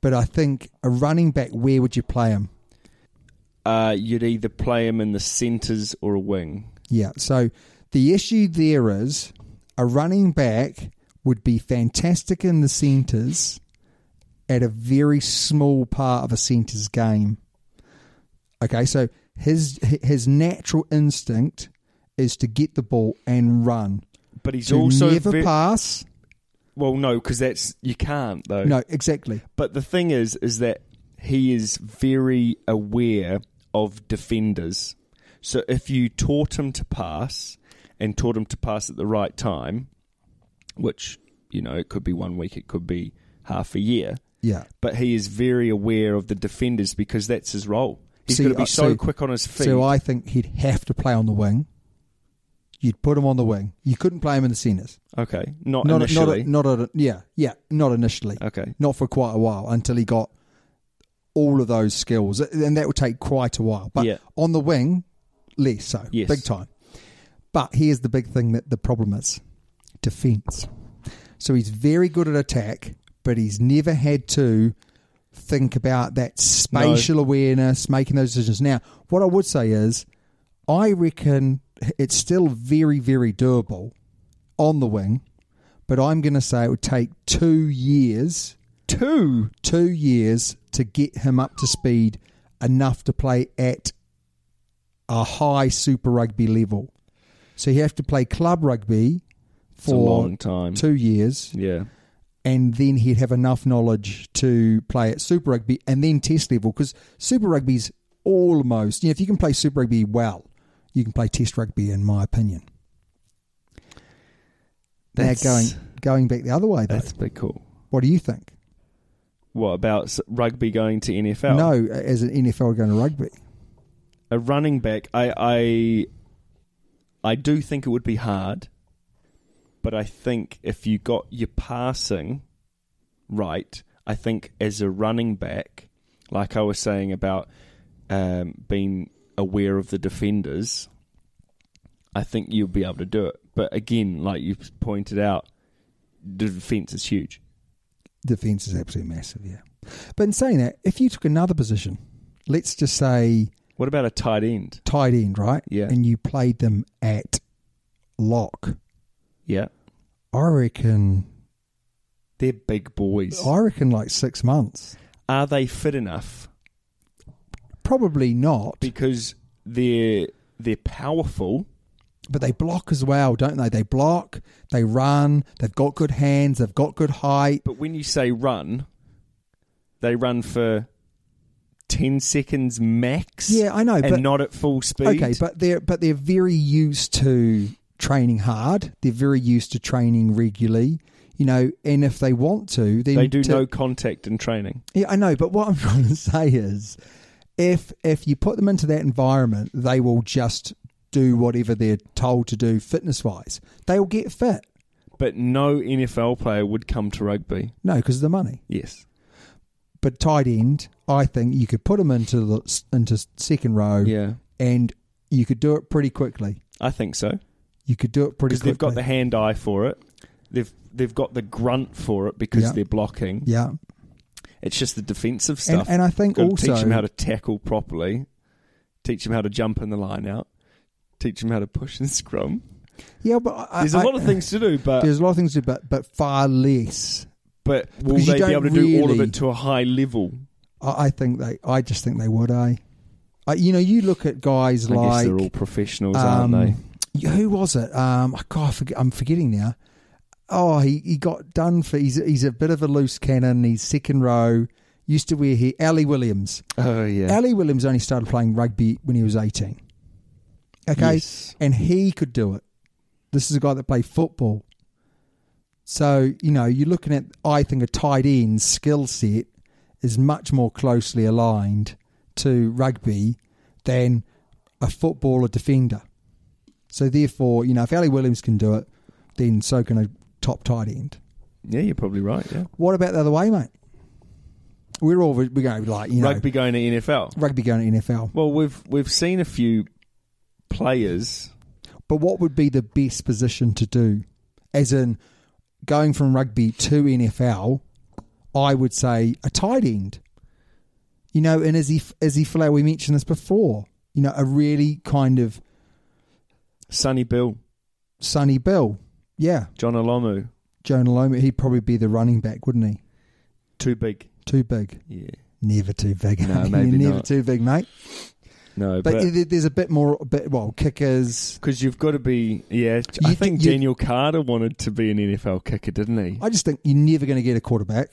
S1: But I think a running back, where would you play him?
S2: Uh, you'd either play him in the centres or a wing.
S1: Yeah. So the issue there is a running back would be fantastic in the centres at a very small part of a centres game. Okay, so his his natural instinct is to get the ball and run.
S2: But he's
S1: to
S2: also
S1: never
S2: ve-
S1: pass.
S2: well, no, because that's you can't though.
S1: No, exactly.
S2: But the thing is, is that he is very aware of defenders. So if you taught him to pass and taught him to pass at the right time, which, you know, it could be one week, it could be half a year,
S1: Yeah.
S2: but he is very aware of the defenders because that's his role. He's
S1: See,
S2: going to
S1: uh,
S2: be so
S1: so-
S2: quick on his feet.
S1: So I think he'd have to play on the wing. You'd put him on the wing. You couldn't play him in the centres.
S2: okay, not,
S1: not
S2: initially.
S1: Not, not a, yeah, yeah, not initially.
S2: Okay.
S1: Not for quite a while until he got all of those skills, and that would take quite a while. But
S2: Yeah.
S1: on the wing, less so,
S2: Yes.
S1: big time. But here's the big thing that the problem is: defense. So he's very good at attack, but he's never had to think about that spatial awareness, making those decisions. Now, what I would say is, I reckon it's still very, very doable on the wing, but I'm going to say it would take two years,
S2: two.
S1: two years to get him up to speed enough to play at a high Super Rugby level. So you have to play club rugby
S2: It's a
S1: for
S2: long time.
S1: two years,
S2: Yeah.
S1: and then he'd have enough knowledge to play at Super Rugby and then Test level because Super Rugby's almost you know if you can play Super Rugby well, you can play Test rugby in my opinion. Now
S2: That's-
S1: going going back the other way though,
S2: That's pretty cool.
S1: what do you think?
S2: What about s- rugby going to NFL?
S1: No, as an NFL going to rugby,
S2: a running back, I, I I do think it would be hard, but I think if you got your passing right, I think as a running back, like I was saying about um, being aware of the defenders, I think you'll be able to do it. But again, like you pointed out, the defense is huge.
S1: defense is absolutely massive. Yeah, but in saying that, if you took another position, let's just say
S2: What about a tight end?
S1: tight end, right?
S2: Yeah.
S1: and you played them at lock.
S2: Yeah,
S1: I reckon.
S2: they're big boys.
S1: Oh, I reckon like six months.
S2: Are they fit enough?
S1: Probably not,
S2: because they're they're powerful.
S1: but they block as well, don't they? They block, they run, they've got good hands, they've got good height.
S2: But when you say run, they run for ten seconds max.
S1: Yeah, I know,
S2: and
S1: but-
S2: not at full speed.
S1: Okay, but they're but they're very used to training hard. They're very used to training regularly, you know. And if they want to, then
S2: they do
S1: to-
S2: no contact in training.
S1: Yeah, I know, but what I'm trying to say is, if if you put them into that environment, they will just do whatever they're told to do, fitness wise. They will get fit.
S2: But no NFL player would come to rugby.
S1: No, because of the money.
S2: Yes,
S1: but tight end, I think you could put them into the into second row,
S2: Yeah.
S1: and you could do it pretty quickly.
S2: I think so.
S1: You could do it pretty
S2: Because
S1: quickly.
S2: they've got the hand eye for it. They've they've got the grunt for it because
S1: Yeah.
S2: they're blocking.
S1: yeah,
S2: It's just the defensive
S1: and,
S2: stuff.
S1: and I think
S2: Gotta
S1: also
S2: teach them how to tackle properly. Teach them how to jump in the line out. Teach them how to push and scrum.
S1: yeah, but I,
S2: There's
S1: a
S2: a lot of things to do, but
S1: There's a lot of things to do, but but far less.
S2: but will
S1: because you
S2: they be
S1: don't
S2: able to do all of
S1: really-
S2: it to a high level?
S1: I, I think they. I just think they would. eh? I, you know, you look at guys
S2: I guess
S1: like
S2: they're all professionals,
S1: um,
S2: aren't
S1: y- Who was it? Um, oh, God, I forget, I'm forgetting now. Oh, he, he got done for. He's he's a bit of a loose cannon. He's second row. Used to wear here. Ali Williams.
S2: they? Oh yeah.
S1: Ali Williams only started playing rugby when he was 18. Okay?
S2: Yes.
S1: And he could do it. This is a guy that played football. So, you know, you're looking at, I think, a tight end skill set is much more closely aligned to rugby than a footballer defender. So, therefore, you know, if Ali Williams can do it, then so can a top tight end.
S2: Yeah, you're probably right. Yeah.
S1: What about the other way, mate? We're all, we're going to be like, you know,
S2: Rugby going to NFL.
S1: rugby going to NFL.
S2: Well, we've we've seen a few players.
S1: But what would be the best position to do? As in going from rugby to NFL, I would say a tight end. You know, and Izzy Izzy Flair, we mentioned this before. You know, a really kind of
S2: Sonny Bill,
S1: sunny Bill. Yeah.
S2: John Olomu,
S1: Jonah Loma, he'd probably be the running back, wouldn't he?
S2: too big.
S1: Too big.
S2: Yeah.
S1: Never too big.
S2: No,
S1: You're
S2: maybe
S1: never
S2: not.
S1: too big, mate.
S2: No,
S1: But,
S2: but
S1: there- there's a bit more a bit well, kickers.
S2: because you've got to be. Yeah, I
S1: You-
S2: think
S1: you-
S2: Daniel Carter wanted to be an NFL kicker, didn't he?
S1: I just think you're never going to get a quarterback.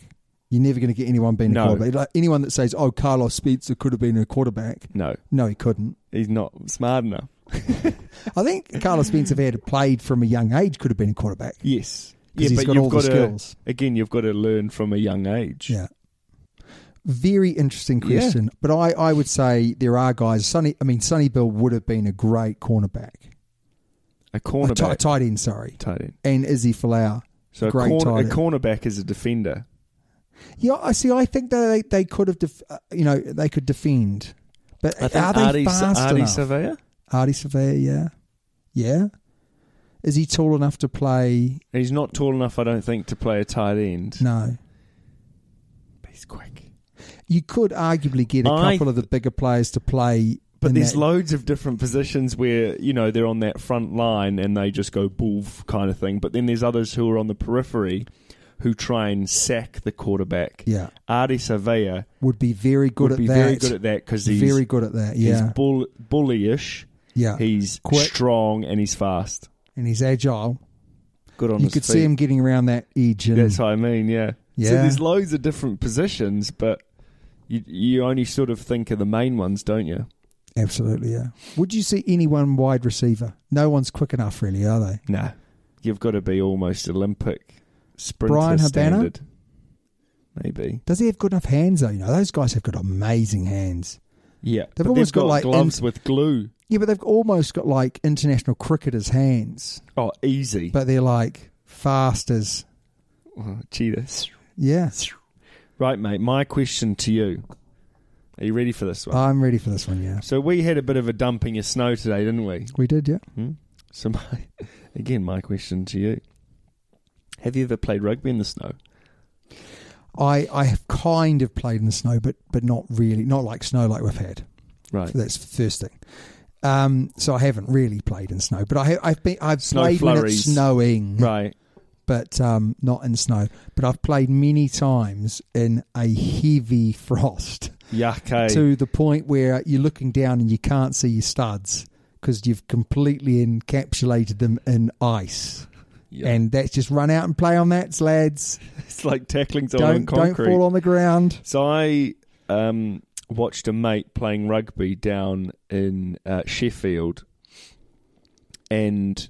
S1: You're never going to get anyone being
S2: No.
S1: a quarterback. Like anyone that says, "Oh, Carlos Spencer could have been a quarterback,"
S2: No,
S1: no, he couldn't.
S2: he's not smart enough.
S1: I think Carlos Spencer, if he had played from a young age, could have been a quarterback.
S2: Yes.
S1: 'Cause
S2: Yeah,
S1: he's
S2: but
S1: got
S2: you've
S1: all the
S2: got to,
S1: skills.
S2: Again, you've got to learn from a young age.
S1: Yeah. Very interesting
S2: Yeah.
S1: question, but I, I would say there are guys. Sonny, I mean, Sonny Bill would have been a great cornerback,
S2: A
S1: A ti-
S2: cornerback.
S1: tight end, sorry,
S2: tight end.
S1: and Izzy Flower.
S2: So a,
S1: great
S2: corner, a
S1: tight end.
S2: cornerback is a defender.
S1: Yeah, I see. I think that they, they could have, def- uh, you know, they could defend, but
S2: I think
S1: are they
S2: Artie,
S1: fast
S2: Artie
S1: enough?
S2: Surveyor?
S1: Artie Surveyor, yeah. Yeah. Is he tall enough to play?
S2: He's not tall enough, I don't think, to play a tight end.
S1: No.
S2: But he's quick.
S1: You could arguably get a
S2: I-
S1: couple of the bigger players to play.
S2: But
S1: in
S2: there's
S1: that-
S2: loads of different positions where, you know, they're on that front line and they just go boof kind of thing. But then there's others who are on the periphery who try and sack the quarterback.
S1: Yeah.
S2: Artie Surveyor
S1: would be very good
S2: would
S1: at
S2: be
S1: that.
S2: very good at that because he's,
S1: Very good at that,
S2: he's
S1: yeah.
S2: bull, bullyish.
S1: yeah.
S2: He's
S1: Quick.
S2: strong and he's fast.
S1: and he's agile.
S2: Good on
S1: You
S2: his
S1: could
S2: feet.
S1: see him getting around that edge. And,
S2: That's what I mean. Yeah.
S1: Yeah.
S2: So there's loads of different positions, but you you only sort of think of the main ones, don't you?
S1: Absolutely, yeah. Would you see any one wide receiver? No one's quick enough, really, are they?
S2: Nah. You've got to be almost Olympic sprinter
S1: Brian Habana?
S2: standard. Maybe.
S1: Does he have good enough hands, though? You know, those guys have got amazing hands.
S2: Yeah. but
S1: almost got,
S2: they've got,
S1: like,
S2: gloves with glue.
S1: Yeah, but they've almost got like international cricketers' hands,
S2: Oh, easy.
S1: but they're like fast as
S2: oh, cheetahs.
S1: Yeah.
S2: Right, mate. My question to you. Are you ready for this one?
S1: I'm ready for this one, yeah.
S2: so we had a bit of a dump in your snow today, didn't we?
S1: We did, yeah.
S2: So, my, again, my question to you: Have you ever played rugby in the snow?
S1: I, I have kind of played in the snow, but but not really. Not like snow like we've had.
S2: Right,
S1: That's the first thing. Um, so I haven't really played in snow, but I have, I've been I've
S2: Snow
S1: played when it's
S2: flurries.
S1: snowing,
S2: right.
S1: but um, not in snow. But I've played many times in a heavy frost
S2: Yuck! eh?
S1: to the point where you're looking down and you can't see your studs because you've completely encapsulated them in ice.
S2: Yeah.
S1: And that's just run out and play on that, lads.
S2: it's like tackling someone on
S1: don't don't
S2: concrete.
S1: fall on the ground.
S2: so I um, watched a mate playing rugby down in uh, Sheffield, and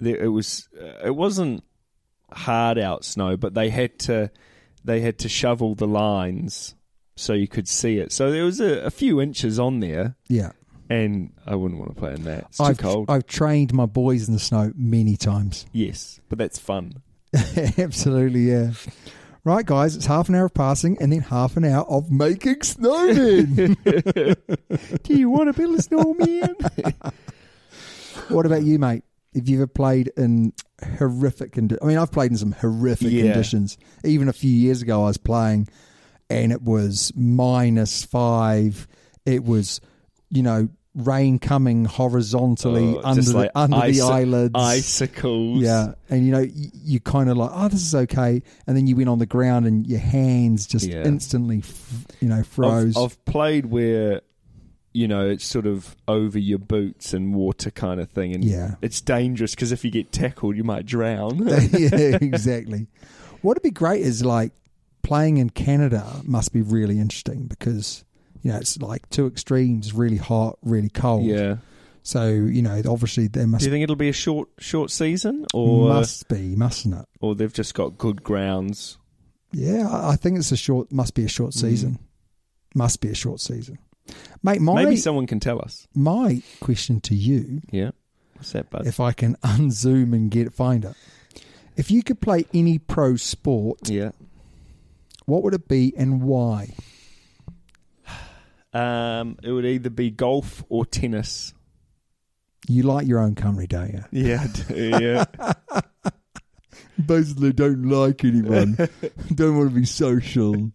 S2: there, it was uh, it wasn't hard out snow, but they had to they had to shovel the lines so you could see it. So there was a, a few inches on there.
S1: Yeah,
S2: and I wouldn't want to play in that. It's too
S1: I've
S2: cold.
S1: I've trained my boys in the snow many times.
S2: yes, but that's fun.
S1: Absolutely, yeah. Right, guys, it's half an hour of passing and then half an hour of making snowmen.
S2: Do you want to build a snowman?
S1: what about you, mate? Have you ever played in horrific conditions? I mean, I've played in some horrific
S2: Yeah.
S1: conditions. Even a few years ago, I was playing and it was minus five. It was, you know, rain coming horizontally under,
S2: Oh, Just
S1: the,
S2: like
S1: under
S2: ice-
S1: the eyelids.
S2: icicles.
S1: Yeah, and you know y- you kind of like, oh, this is okay, and then you went on the ground and your hands just
S2: Yeah.
S1: instantly, f- you know, froze.
S2: I've, I've played where you know it's sort of over your boots and water kind of thing, and
S1: Yeah.
S2: it's dangerous because if you get tackled, you might drown.
S1: yeah, exactly. What'd be great is like playing in Canada must be really interesting because you know it's like two extremes, really hot, really cold.
S2: yeah.
S1: So you know, obviously there
S2: Do
S1: must
S2: you think it'll be a short short season, or
S1: must be, mustn't it?
S2: or they've just got good grounds?
S1: Yeah, I- I think it's a short. Must be a short
S2: Mm.
S1: season. Must be a short season, mate. My
S2: Maybe someone can tell us.
S1: my question to you.
S2: Yeah. What's that, bud?
S1: if I can unzoom and get find it. If you could play any pro sport,
S2: yeah.
S1: what would it be and why?
S2: Um, it would either be golf or tennis.
S1: You like your own country, don't you?
S2: Yeah, yeah.
S1: Basically, don't like anyone. don't want to be social.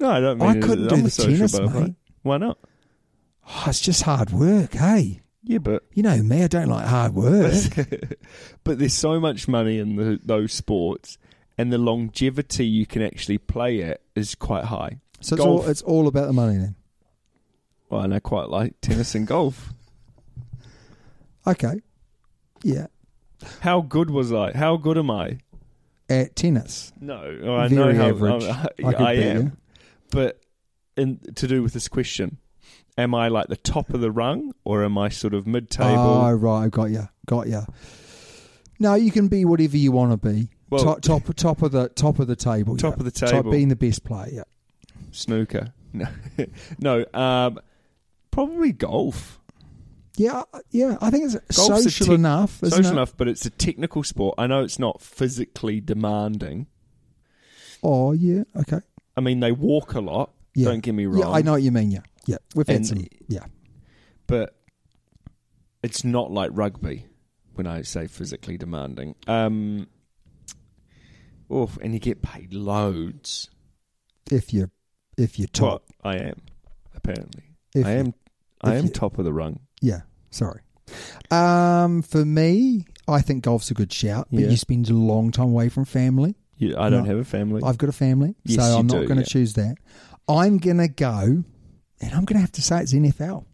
S2: No, I don't
S1: I
S2: mean it-
S1: couldn't do
S2: I'm a
S1: the
S2: social
S1: tennis,
S2: butterfly.
S1: mate.
S2: Why not?
S1: Oh, it's just hard work, hey.
S2: Yeah, but
S1: You know me, I don't like hard work.
S2: but there's so much money in the, those sports, and the longevity you can actually play it is quite high.
S1: So it's
S2: golf,
S1: all, it's all about the money then.
S2: well, and I quite like tennis and golf.
S1: Okay. Yeah.
S2: How good was I? How good am I? Eh,
S1: At tennis.
S2: No, I
S1: Very
S2: know how
S1: average.
S2: I,
S1: I could
S2: I
S1: beat
S2: am,
S1: you.
S2: but in, to do with this question, am I like the top of the rung, or am I sort of
S1: Oh,
S2: mid-table?
S1: right. I got you. Got you. No, you can be whatever you want to be.
S2: Well-
S1: top, top, top of the top of the table.
S2: Top
S1: yeah.
S2: of the
S1: Top-
S2: table.
S1: being the best player. Yeah.
S2: snooker? No, no, um, probably golf.
S1: Yeah, I- yeah. I think it's
S2: Golf's a
S1: social
S2: tech-
S1: enough. Isn't
S2: social
S1: it?
S2: enough, but it's a technical sport. I know it's not physically demanding.
S1: Oh yeah. Okay.
S2: I mean, they walk a lot.
S1: Yeah.
S2: Don't get me wrong.
S1: Yeah, I know what you mean. Yeah. Yeah. We've had
S2: And-
S1: some. Yeah.
S2: but it's not like rugby when I say physically demanding. Um, oof, and you get paid loads.
S1: If you, if you top.
S2: Well, I am apparently.
S1: If
S2: I
S1: you-
S2: am. I
S1: if
S2: am
S1: you-
S2: top of the rung.
S1: Yeah. Sorry. Um, for me, I think golf's a good shout, but
S2: Yeah.
S1: you spend a long time away from family.
S2: You, I don't
S1: No.
S2: have a family.
S1: I've got a family,
S2: Yes,
S1: so
S2: you
S1: I'm not
S2: do,
S1: going to
S2: yeah.
S1: choose that. I'm going to go, and I'm going to have to say it's NFL.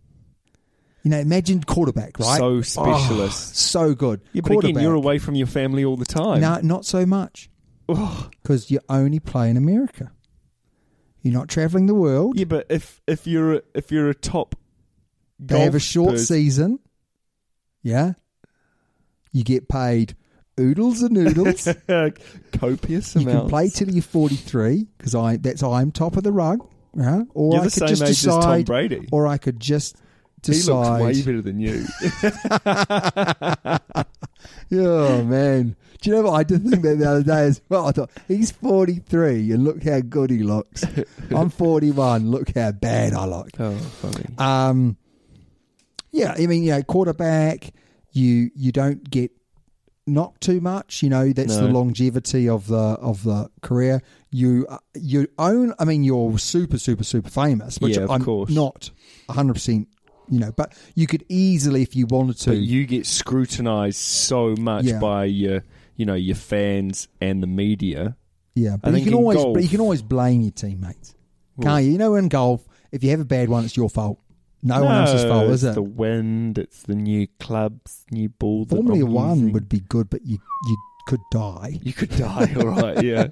S1: You know, imagine quarterback, right?
S2: So
S1: Oh,
S2: specialist.
S1: so good.
S2: yeah, but again,
S1: Quarterback.
S2: you're away from your family all the time.
S1: No, not so much. Because you only play in America. You're not traveling the world.
S2: Yeah, but if if you're a, if you're a top,
S1: they have a
S2: golf
S1: short
S2: person-
S1: season. Yeah. You get paid oodles and noodles. you
S2: copious amounts.
S1: can play till you're 43 because I that's I'm top of the rug. Yeah. Or
S2: You're
S1: I
S2: the
S1: could
S2: same
S1: just
S2: age as Tom
S1: decide,
S2: Brady.
S1: Or I could just
S2: He
S1: decide.
S2: looks way better than you.
S1: Oh man! Do you know what I did think that the other day as well? I thought he's forty three, and look how good he looks. I'm forty one. Look how bad I look.
S2: oh, funny.
S1: Um, yeah, I mean, you know, quarterback. You you don't get knocked too much. You know, that's the
S2: No.
S1: longevity of the of the career. You uh, you own. I mean, you're super super super famous, which
S2: Yeah, of
S1: I'm
S2: course.
S1: not hundred percent. You know, but you could easily, if you wanted to,
S2: But you get scrutinized so much
S1: Yeah.
S2: by your, you know, your fans and the media.
S1: Yeah, but you
S2: think
S1: can
S2: in
S1: always
S2: golf-
S1: but you can always blame your teammates, can't you? You know, in golf, if you have a bad one, it's your fault. No, one else's fault,
S2: it's
S1: is it?
S2: The wind, it's the new clubs, new ball. that
S1: Formula
S2: I'm
S1: One
S2: using.
S1: would be good, but you you could die.
S2: You could die, all right, yeah.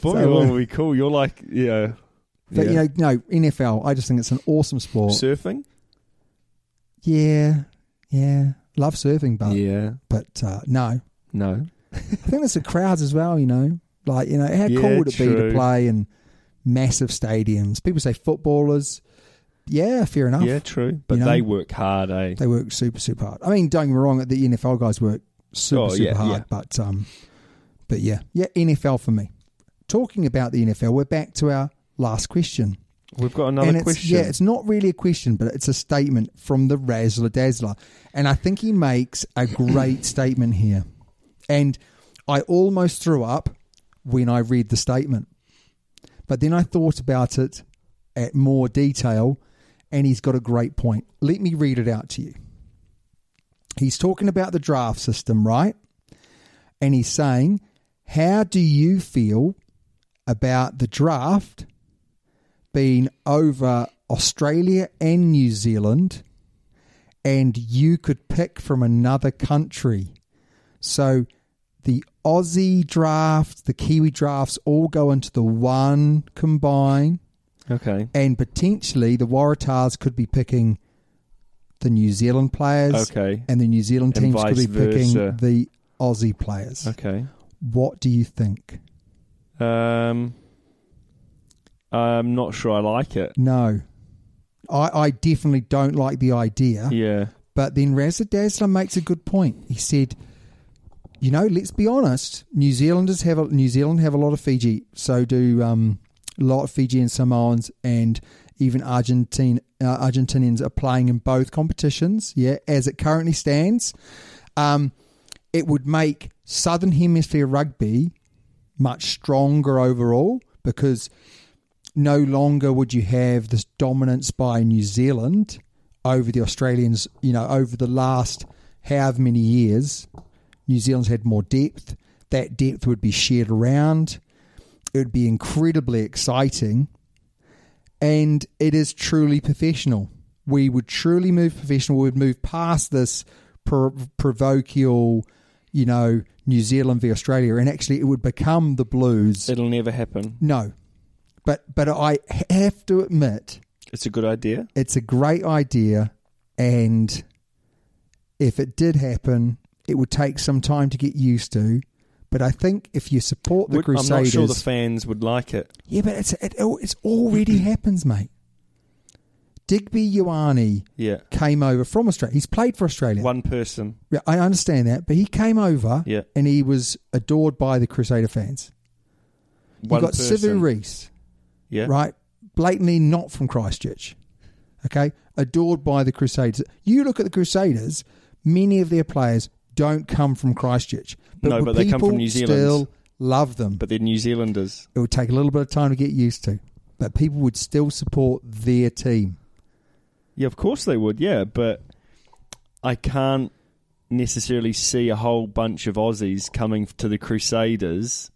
S2: Formula
S1: So, uh,
S2: One would be cool. You're like, yeah.
S1: But
S2: yeah.
S1: you know, no NFL. I just think it's an awesome sport.
S2: surfing?
S1: yeah, yeah, love surfing, but
S2: yeah.
S1: but uh, no,
S2: No.
S1: I think it's the crowds as well. You know, like you know, how
S2: Yeah,
S1: cool would it be to
S2: true.
S1: play in massive stadiums? People say footballers. Yeah, fair enough.
S2: Yeah, true. But
S1: Oh. You know?
S2: they work hard, eh?
S1: They work super, super hard. I mean, don't get me wrong, the NFL guys work super,
S2: Oh,
S1: super
S2: yeah,
S1: hard,
S2: yeah.
S1: but um, but yeah, yeah, NFL for me. talking about the NFL, we're back to our last question.
S2: We've got another
S1: and it's,
S2: question.
S1: Yeah, it's not really a question, but it's a statement from the Razzler Dazzler. And I think he makes a great statement here. And I almost threw up when I read the statement. But then I thought about it at more detail, and he's got a great point. Let me read it out to you. He's talking about the draft system, right? And he's saying, How do you feel about the draft? been over Australia and New Zealand, and you could pick from another country. So the Aussie draft, the Kiwi drafts all go into the one combine,
S2: okay.
S1: and potentially the Waratahs could be picking the New Zealand players,
S2: Okay.
S1: and the New Zealand
S2: And
S1: teams could be
S2: vice versa.
S1: picking the Aussie players.
S2: Okay.
S1: What do you think?
S2: Um, I'm not sure I like it.
S1: No. I, I definitely don't like the idea.
S2: Yeah.
S1: But then Razza Dazzler makes a good point. He said, "You know, let's be honest. New Zealanders have a, New Zealand have a lot of Fiji. So do um, a lot of Fiji and Samoans, and even Argentine uh, Argentinians are playing in both competitions. Yeah, as it currently stands, um, it would make Southern Hemisphere rugby much stronger overall because." no longer would you have this dominance by New Zealand over the Australians, you know, over the last however many years, New Zealand's had more depth. That depth would be shared around. It would be incredibly exciting. And it is truly professional. We would truly move professional. We would move past this pro- provoquial, you know, New Zealand v Australia. And actually, it would become the Blues.
S2: It'll never happen.
S1: No. But but I have to admit
S2: It's a good idea.
S1: it's a great idea and if it did happen it would take some time to get used to but I think if you support the
S2: Would- I'm
S1: Crusaders
S2: not sure the fans would like it.
S1: Yeah but it's it, it's already happens mate. Digby Ioane
S2: Yeah.
S1: came over from Australia. He's played for Australia.
S2: One person.
S1: Yeah, I understand that, but he came over
S2: Yeah.
S1: and he was adored by the Crusader fans.
S2: One
S1: you got
S2: person.
S1: Sivu Reese
S2: Yeah.
S1: right? Blatantly not from Christchurch. Okay? Adored by the Crusaders. You look at the Crusaders, many of their players don't come from Christchurch.
S2: No,
S1: would
S2: but they come
S1: people
S2: from New Zealand.
S1: Still love them. But
S2: But they're New Zealanders.
S1: it would take a little bit of time to get used to. But people would still support their team.
S2: Yeah, of course they would. Yeah, but I can't necessarily see a whole bunch of Aussies coming to the Crusaders.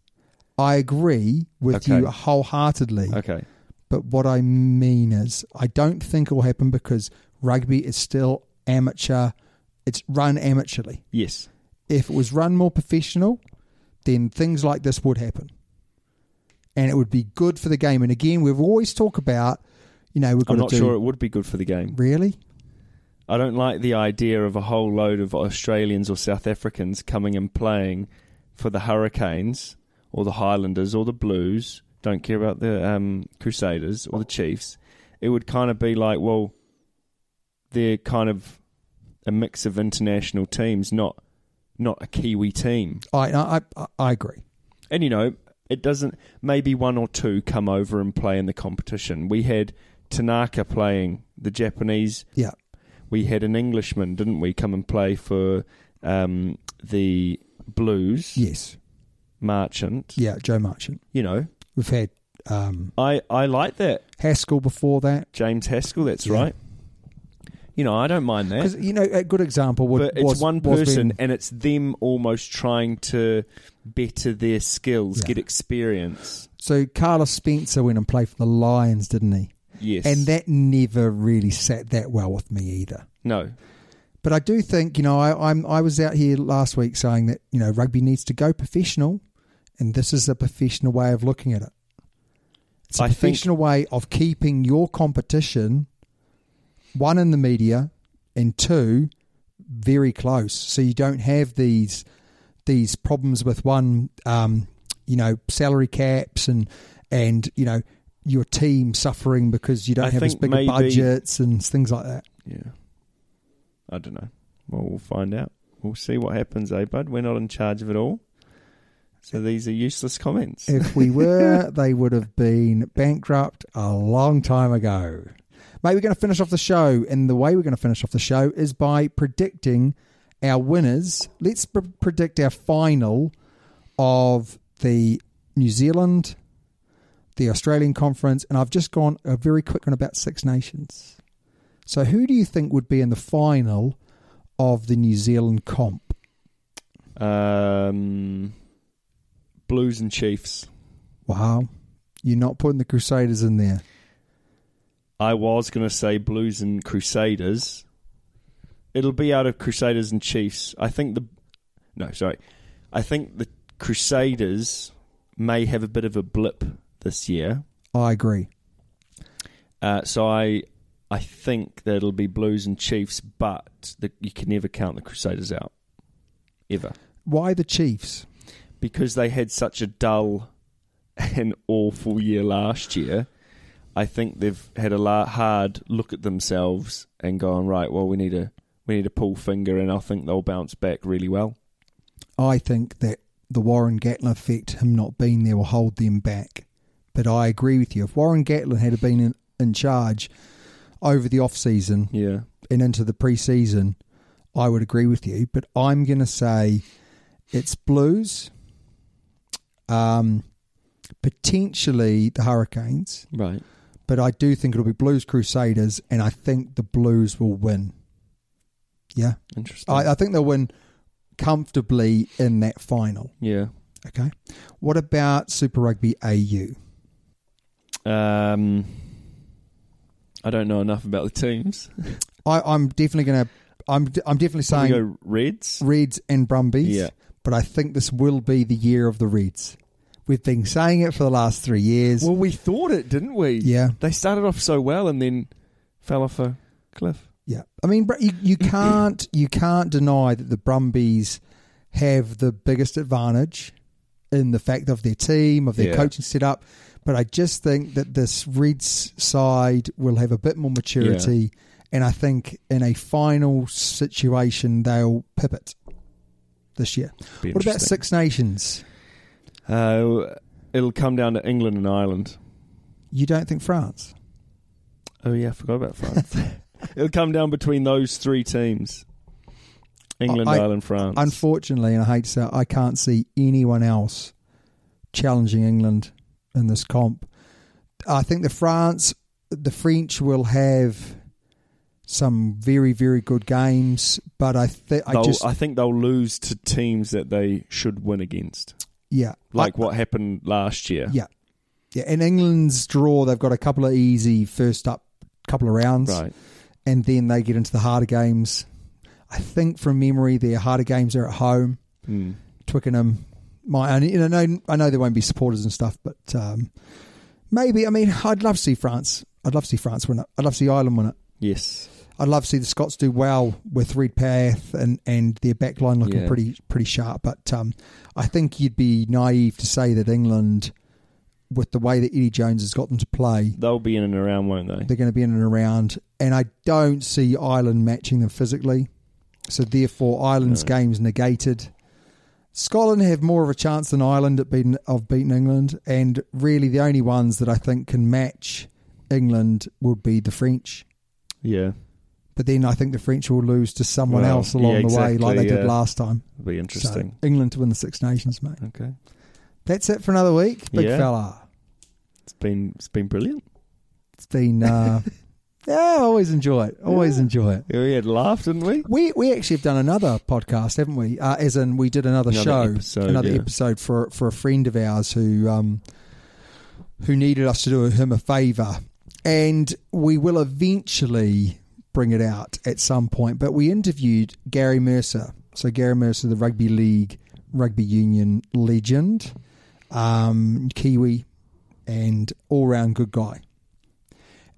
S1: I agree with
S2: Okay.
S1: you wholeheartedly.
S2: Okay.
S1: But what I mean is, I don't think it will happen because rugby is still amateur. It's run amateurly.
S2: Yes.
S1: if it was run more professional, then things like this would happen. And it would be good for the game. And again, we've always talked about, you know, we've got
S2: I'm not
S1: to do
S2: sure it would be good for the game.
S1: really.
S2: I don't like the idea of a whole load of Australians or South Africans coming and playing for the Hurricanes or the Highlanders or the Blues. Don't care about the um, Crusaders or the Chiefs. It would kind of be like, well, they're kind of a mix of international teams, not not a Kiwi team.
S1: I I I, I agree.
S2: And you know, it doesn't. Maybe one or two come over and play in the competition. We had Tanaka playing the Japanese
S1: Yeah,
S2: we had an Englishman, didn't we, come and play for um, the Blues
S1: yes,
S2: Marchant.
S1: yeah. Joe Marchant.
S2: You know,
S1: We've had um,
S2: I, I like that.
S1: Haskell before that.
S2: James Haskell, that's
S1: Yeah.
S2: right. You know, I don't mind that.
S1: Because you know, a good example would
S2: But it's
S1: was,
S2: one
S1: was
S2: person,
S1: when-
S2: and it's them almost trying to better their skills,
S1: Yeah.
S2: get experience.
S1: so Carlos Spencer went and played for the Lions, didn't he?
S2: Yes.
S1: And that never really sat that well with me either.
S2: No.
S1: But I do think, you know, I, I'm I was out here last week saying that you know rugby needs to go professional, and this is a professional way of looking at it. It's a
S2: I think-
S1: professional way of keeping your competition one in the media and two very close, so you don't have these these problems with one, um, you know, salary caps and and you know your team suffering because you don't
S2: I
S1: have as
S2: think
S1: big a
S2: maybe-
S1: budgets and things like that.
S2: Yeah. I don't know. Well, we'll find out. We'll see what happens, eh, bud? We're not in charge of it all. So these are useless comments.
S1: If we were, they would have been bankrupt a long time ago. Mate, we're going to finish off the show, and the way we're going to finish off the show is by predicting our winners. Let's pr- predict our final of the New Zealand, the Australian conference, and I've just gone a very quick one about Six Nations. So, who do you think would be in the final of the New Zealand comp?
S2: Um, Blues and Chiefs.
S1: Wow, you're not putting the Crusaders in there.
S2: I was going to say Blues and Crusaders. It'll be out of Crusaders and Chiefs. I think the no, sorry. I think the Crusaders may have a bit of a blip this year.
S1: I agree.
S2: Uh, so I I think that it'll be Blues and Chiefs, but the, you can never count the Crusaders out ever
S1: Why the Chiefs?
S2: because they had such a dull and awful year last year. I think they've had a la- hard look at themselves and gone right. Well, we need a we need a pull finger, and I think they'll bounce back really well.
S1: I think that the Warren Gatlin effect, him not being there, will hold them back. But I agree with you. If Warren Gatlin had been in, in charge over the off season
S2: Yeah,
S1: and into the pre season, I would agree with you. But I'm going to say it's Blues, um, potentially the Hurricanes.
S2: right.
S1: But I do think it'll be Blues Crusaders, and I think the Blues will win. Yeah.
S2: Interesting.
S1: I, I think they'll win comfortably in that final.
S2: yeah.
S1: Okay. What about Super Rugby AU?
S2: Um, I don't know enough about the teams.
S1: I, I'm definitely going to. I'm de- I'm definitely
S2: Can we
S1: saying
S2: go Reds.
S1: Reds and Brumbies.
S2: Yeah.
S1: But I think this will be the year of the Reds. We've been saying it for the last three years.
S2: Well, we thought it, didn't we?
S1: Yeah.
S2: They started off so well and then fell off a cliff.
S1: yeah. I mean, br- you, you can't you can't deny that the Brumbies have the biggest advantage in the fact of their team of their
S2: Yeah.
S1: coaching setup. But I just think that this Reds side will have a bit more maturity. And I think in a final situation, they'll pip it this year.
S2: Be
S1: What about
S2: interesting.
S1: Six Nations?
S2: Uh, it'll come down to England and Ireland.
S1: You don't think France?
S2: Oh yeah, I forgot about France. it'll come down between those three teams: England,
S1: I-
S2: Ireland, France.
S1: Unfortunately, and I hate to say it, I can't see anyone else challenging England in this comp. I think the France, the French will have some very, very good games, but I, th- I
S2: They'll-
S1: just,
S2: I think they'll lose to teams that they should win against,
S1: yeah,
S2: like
S1: I-
S2: what happened last year.
S1: yeah, yeah. In England's draw, they've got a couple of easy first up couple of rounds,
S2: Right.
S1: and then they get into the harder games. I think from memory, their harder games are at home.
S2: Hmm.
S1: Twickenham. My, and you know, I know- I know there won't be supporters and stuff, but um, maybe. I mean, I'd love to see France. I'd love to see France win it. I'd love to see Ireland win it.
S2: Yes.
S1: I'd love to see the Scots do well with Reed Path and, and their back line looking
S2: Yeah.
S1: pretty pretty sharp. But um, I think you'd be naive to say that England, with the way that Eddie Jones has got them to play,
S2: They'll be in and around, won't they?
S1: they're going to be in and around. And I don't see Ireland matching them physically. So therefore, Ireland's game's negated. Scotland have more of a chance than Ireland at beating, of beating England. And really, the only ones that I think can match England would be the French.
S2: Yeah.
S1: But then I think the French will lose to someone
S2: Well,
S1: else along
S2: yeah,
S1: the way, like
S2: exactly,
S1: they did
S2: yeah.
S1: last time.
S2: It'll be
S1: So,
S2: interesting.
S1: England to win the Six Nations, mate.
S2: Okay.
S1: That's it for another week, big
S2: Yeah.
S1: fella.
S2: It's been it's been brilliant.
S1: It's been, uh, yeah, I always enjoy it. Always enjoy it.
S2: Yeah, we had laugh, didn't we?
S1: We we actually have done another podcast, haven't we? Uh, as in, we did another,
S2: Another
S1: show,
S2: episode,
S1: another
S2: yeah.
S1: episode for for a friend of ours who um who needed us to do him a favour, and we will eventually bring it out at some point. But we interviewed Gary Mercer, so Gary Mercer, the rugby league, rugby union legend, um, Kiwi, and all round good guy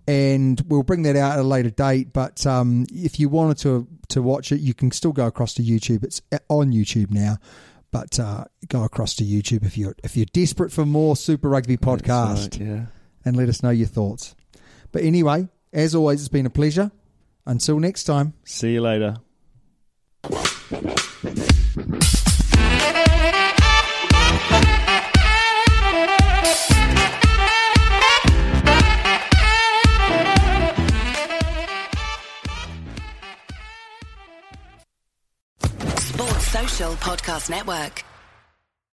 S1: and we'll bring that out at a later date. But um, if you wanted to to watch it, you can still go across to YouTube. It's uh, on YouTube now, but uh, go across to YouTube if you're if you're desperate for more Super Rugby podcast,
S2: Yeah.
S1: and let us know your thoughts. But anyway, as always, it's been a pleasure. Until next time.
S2: See you later.
S3: Social Podcast Network.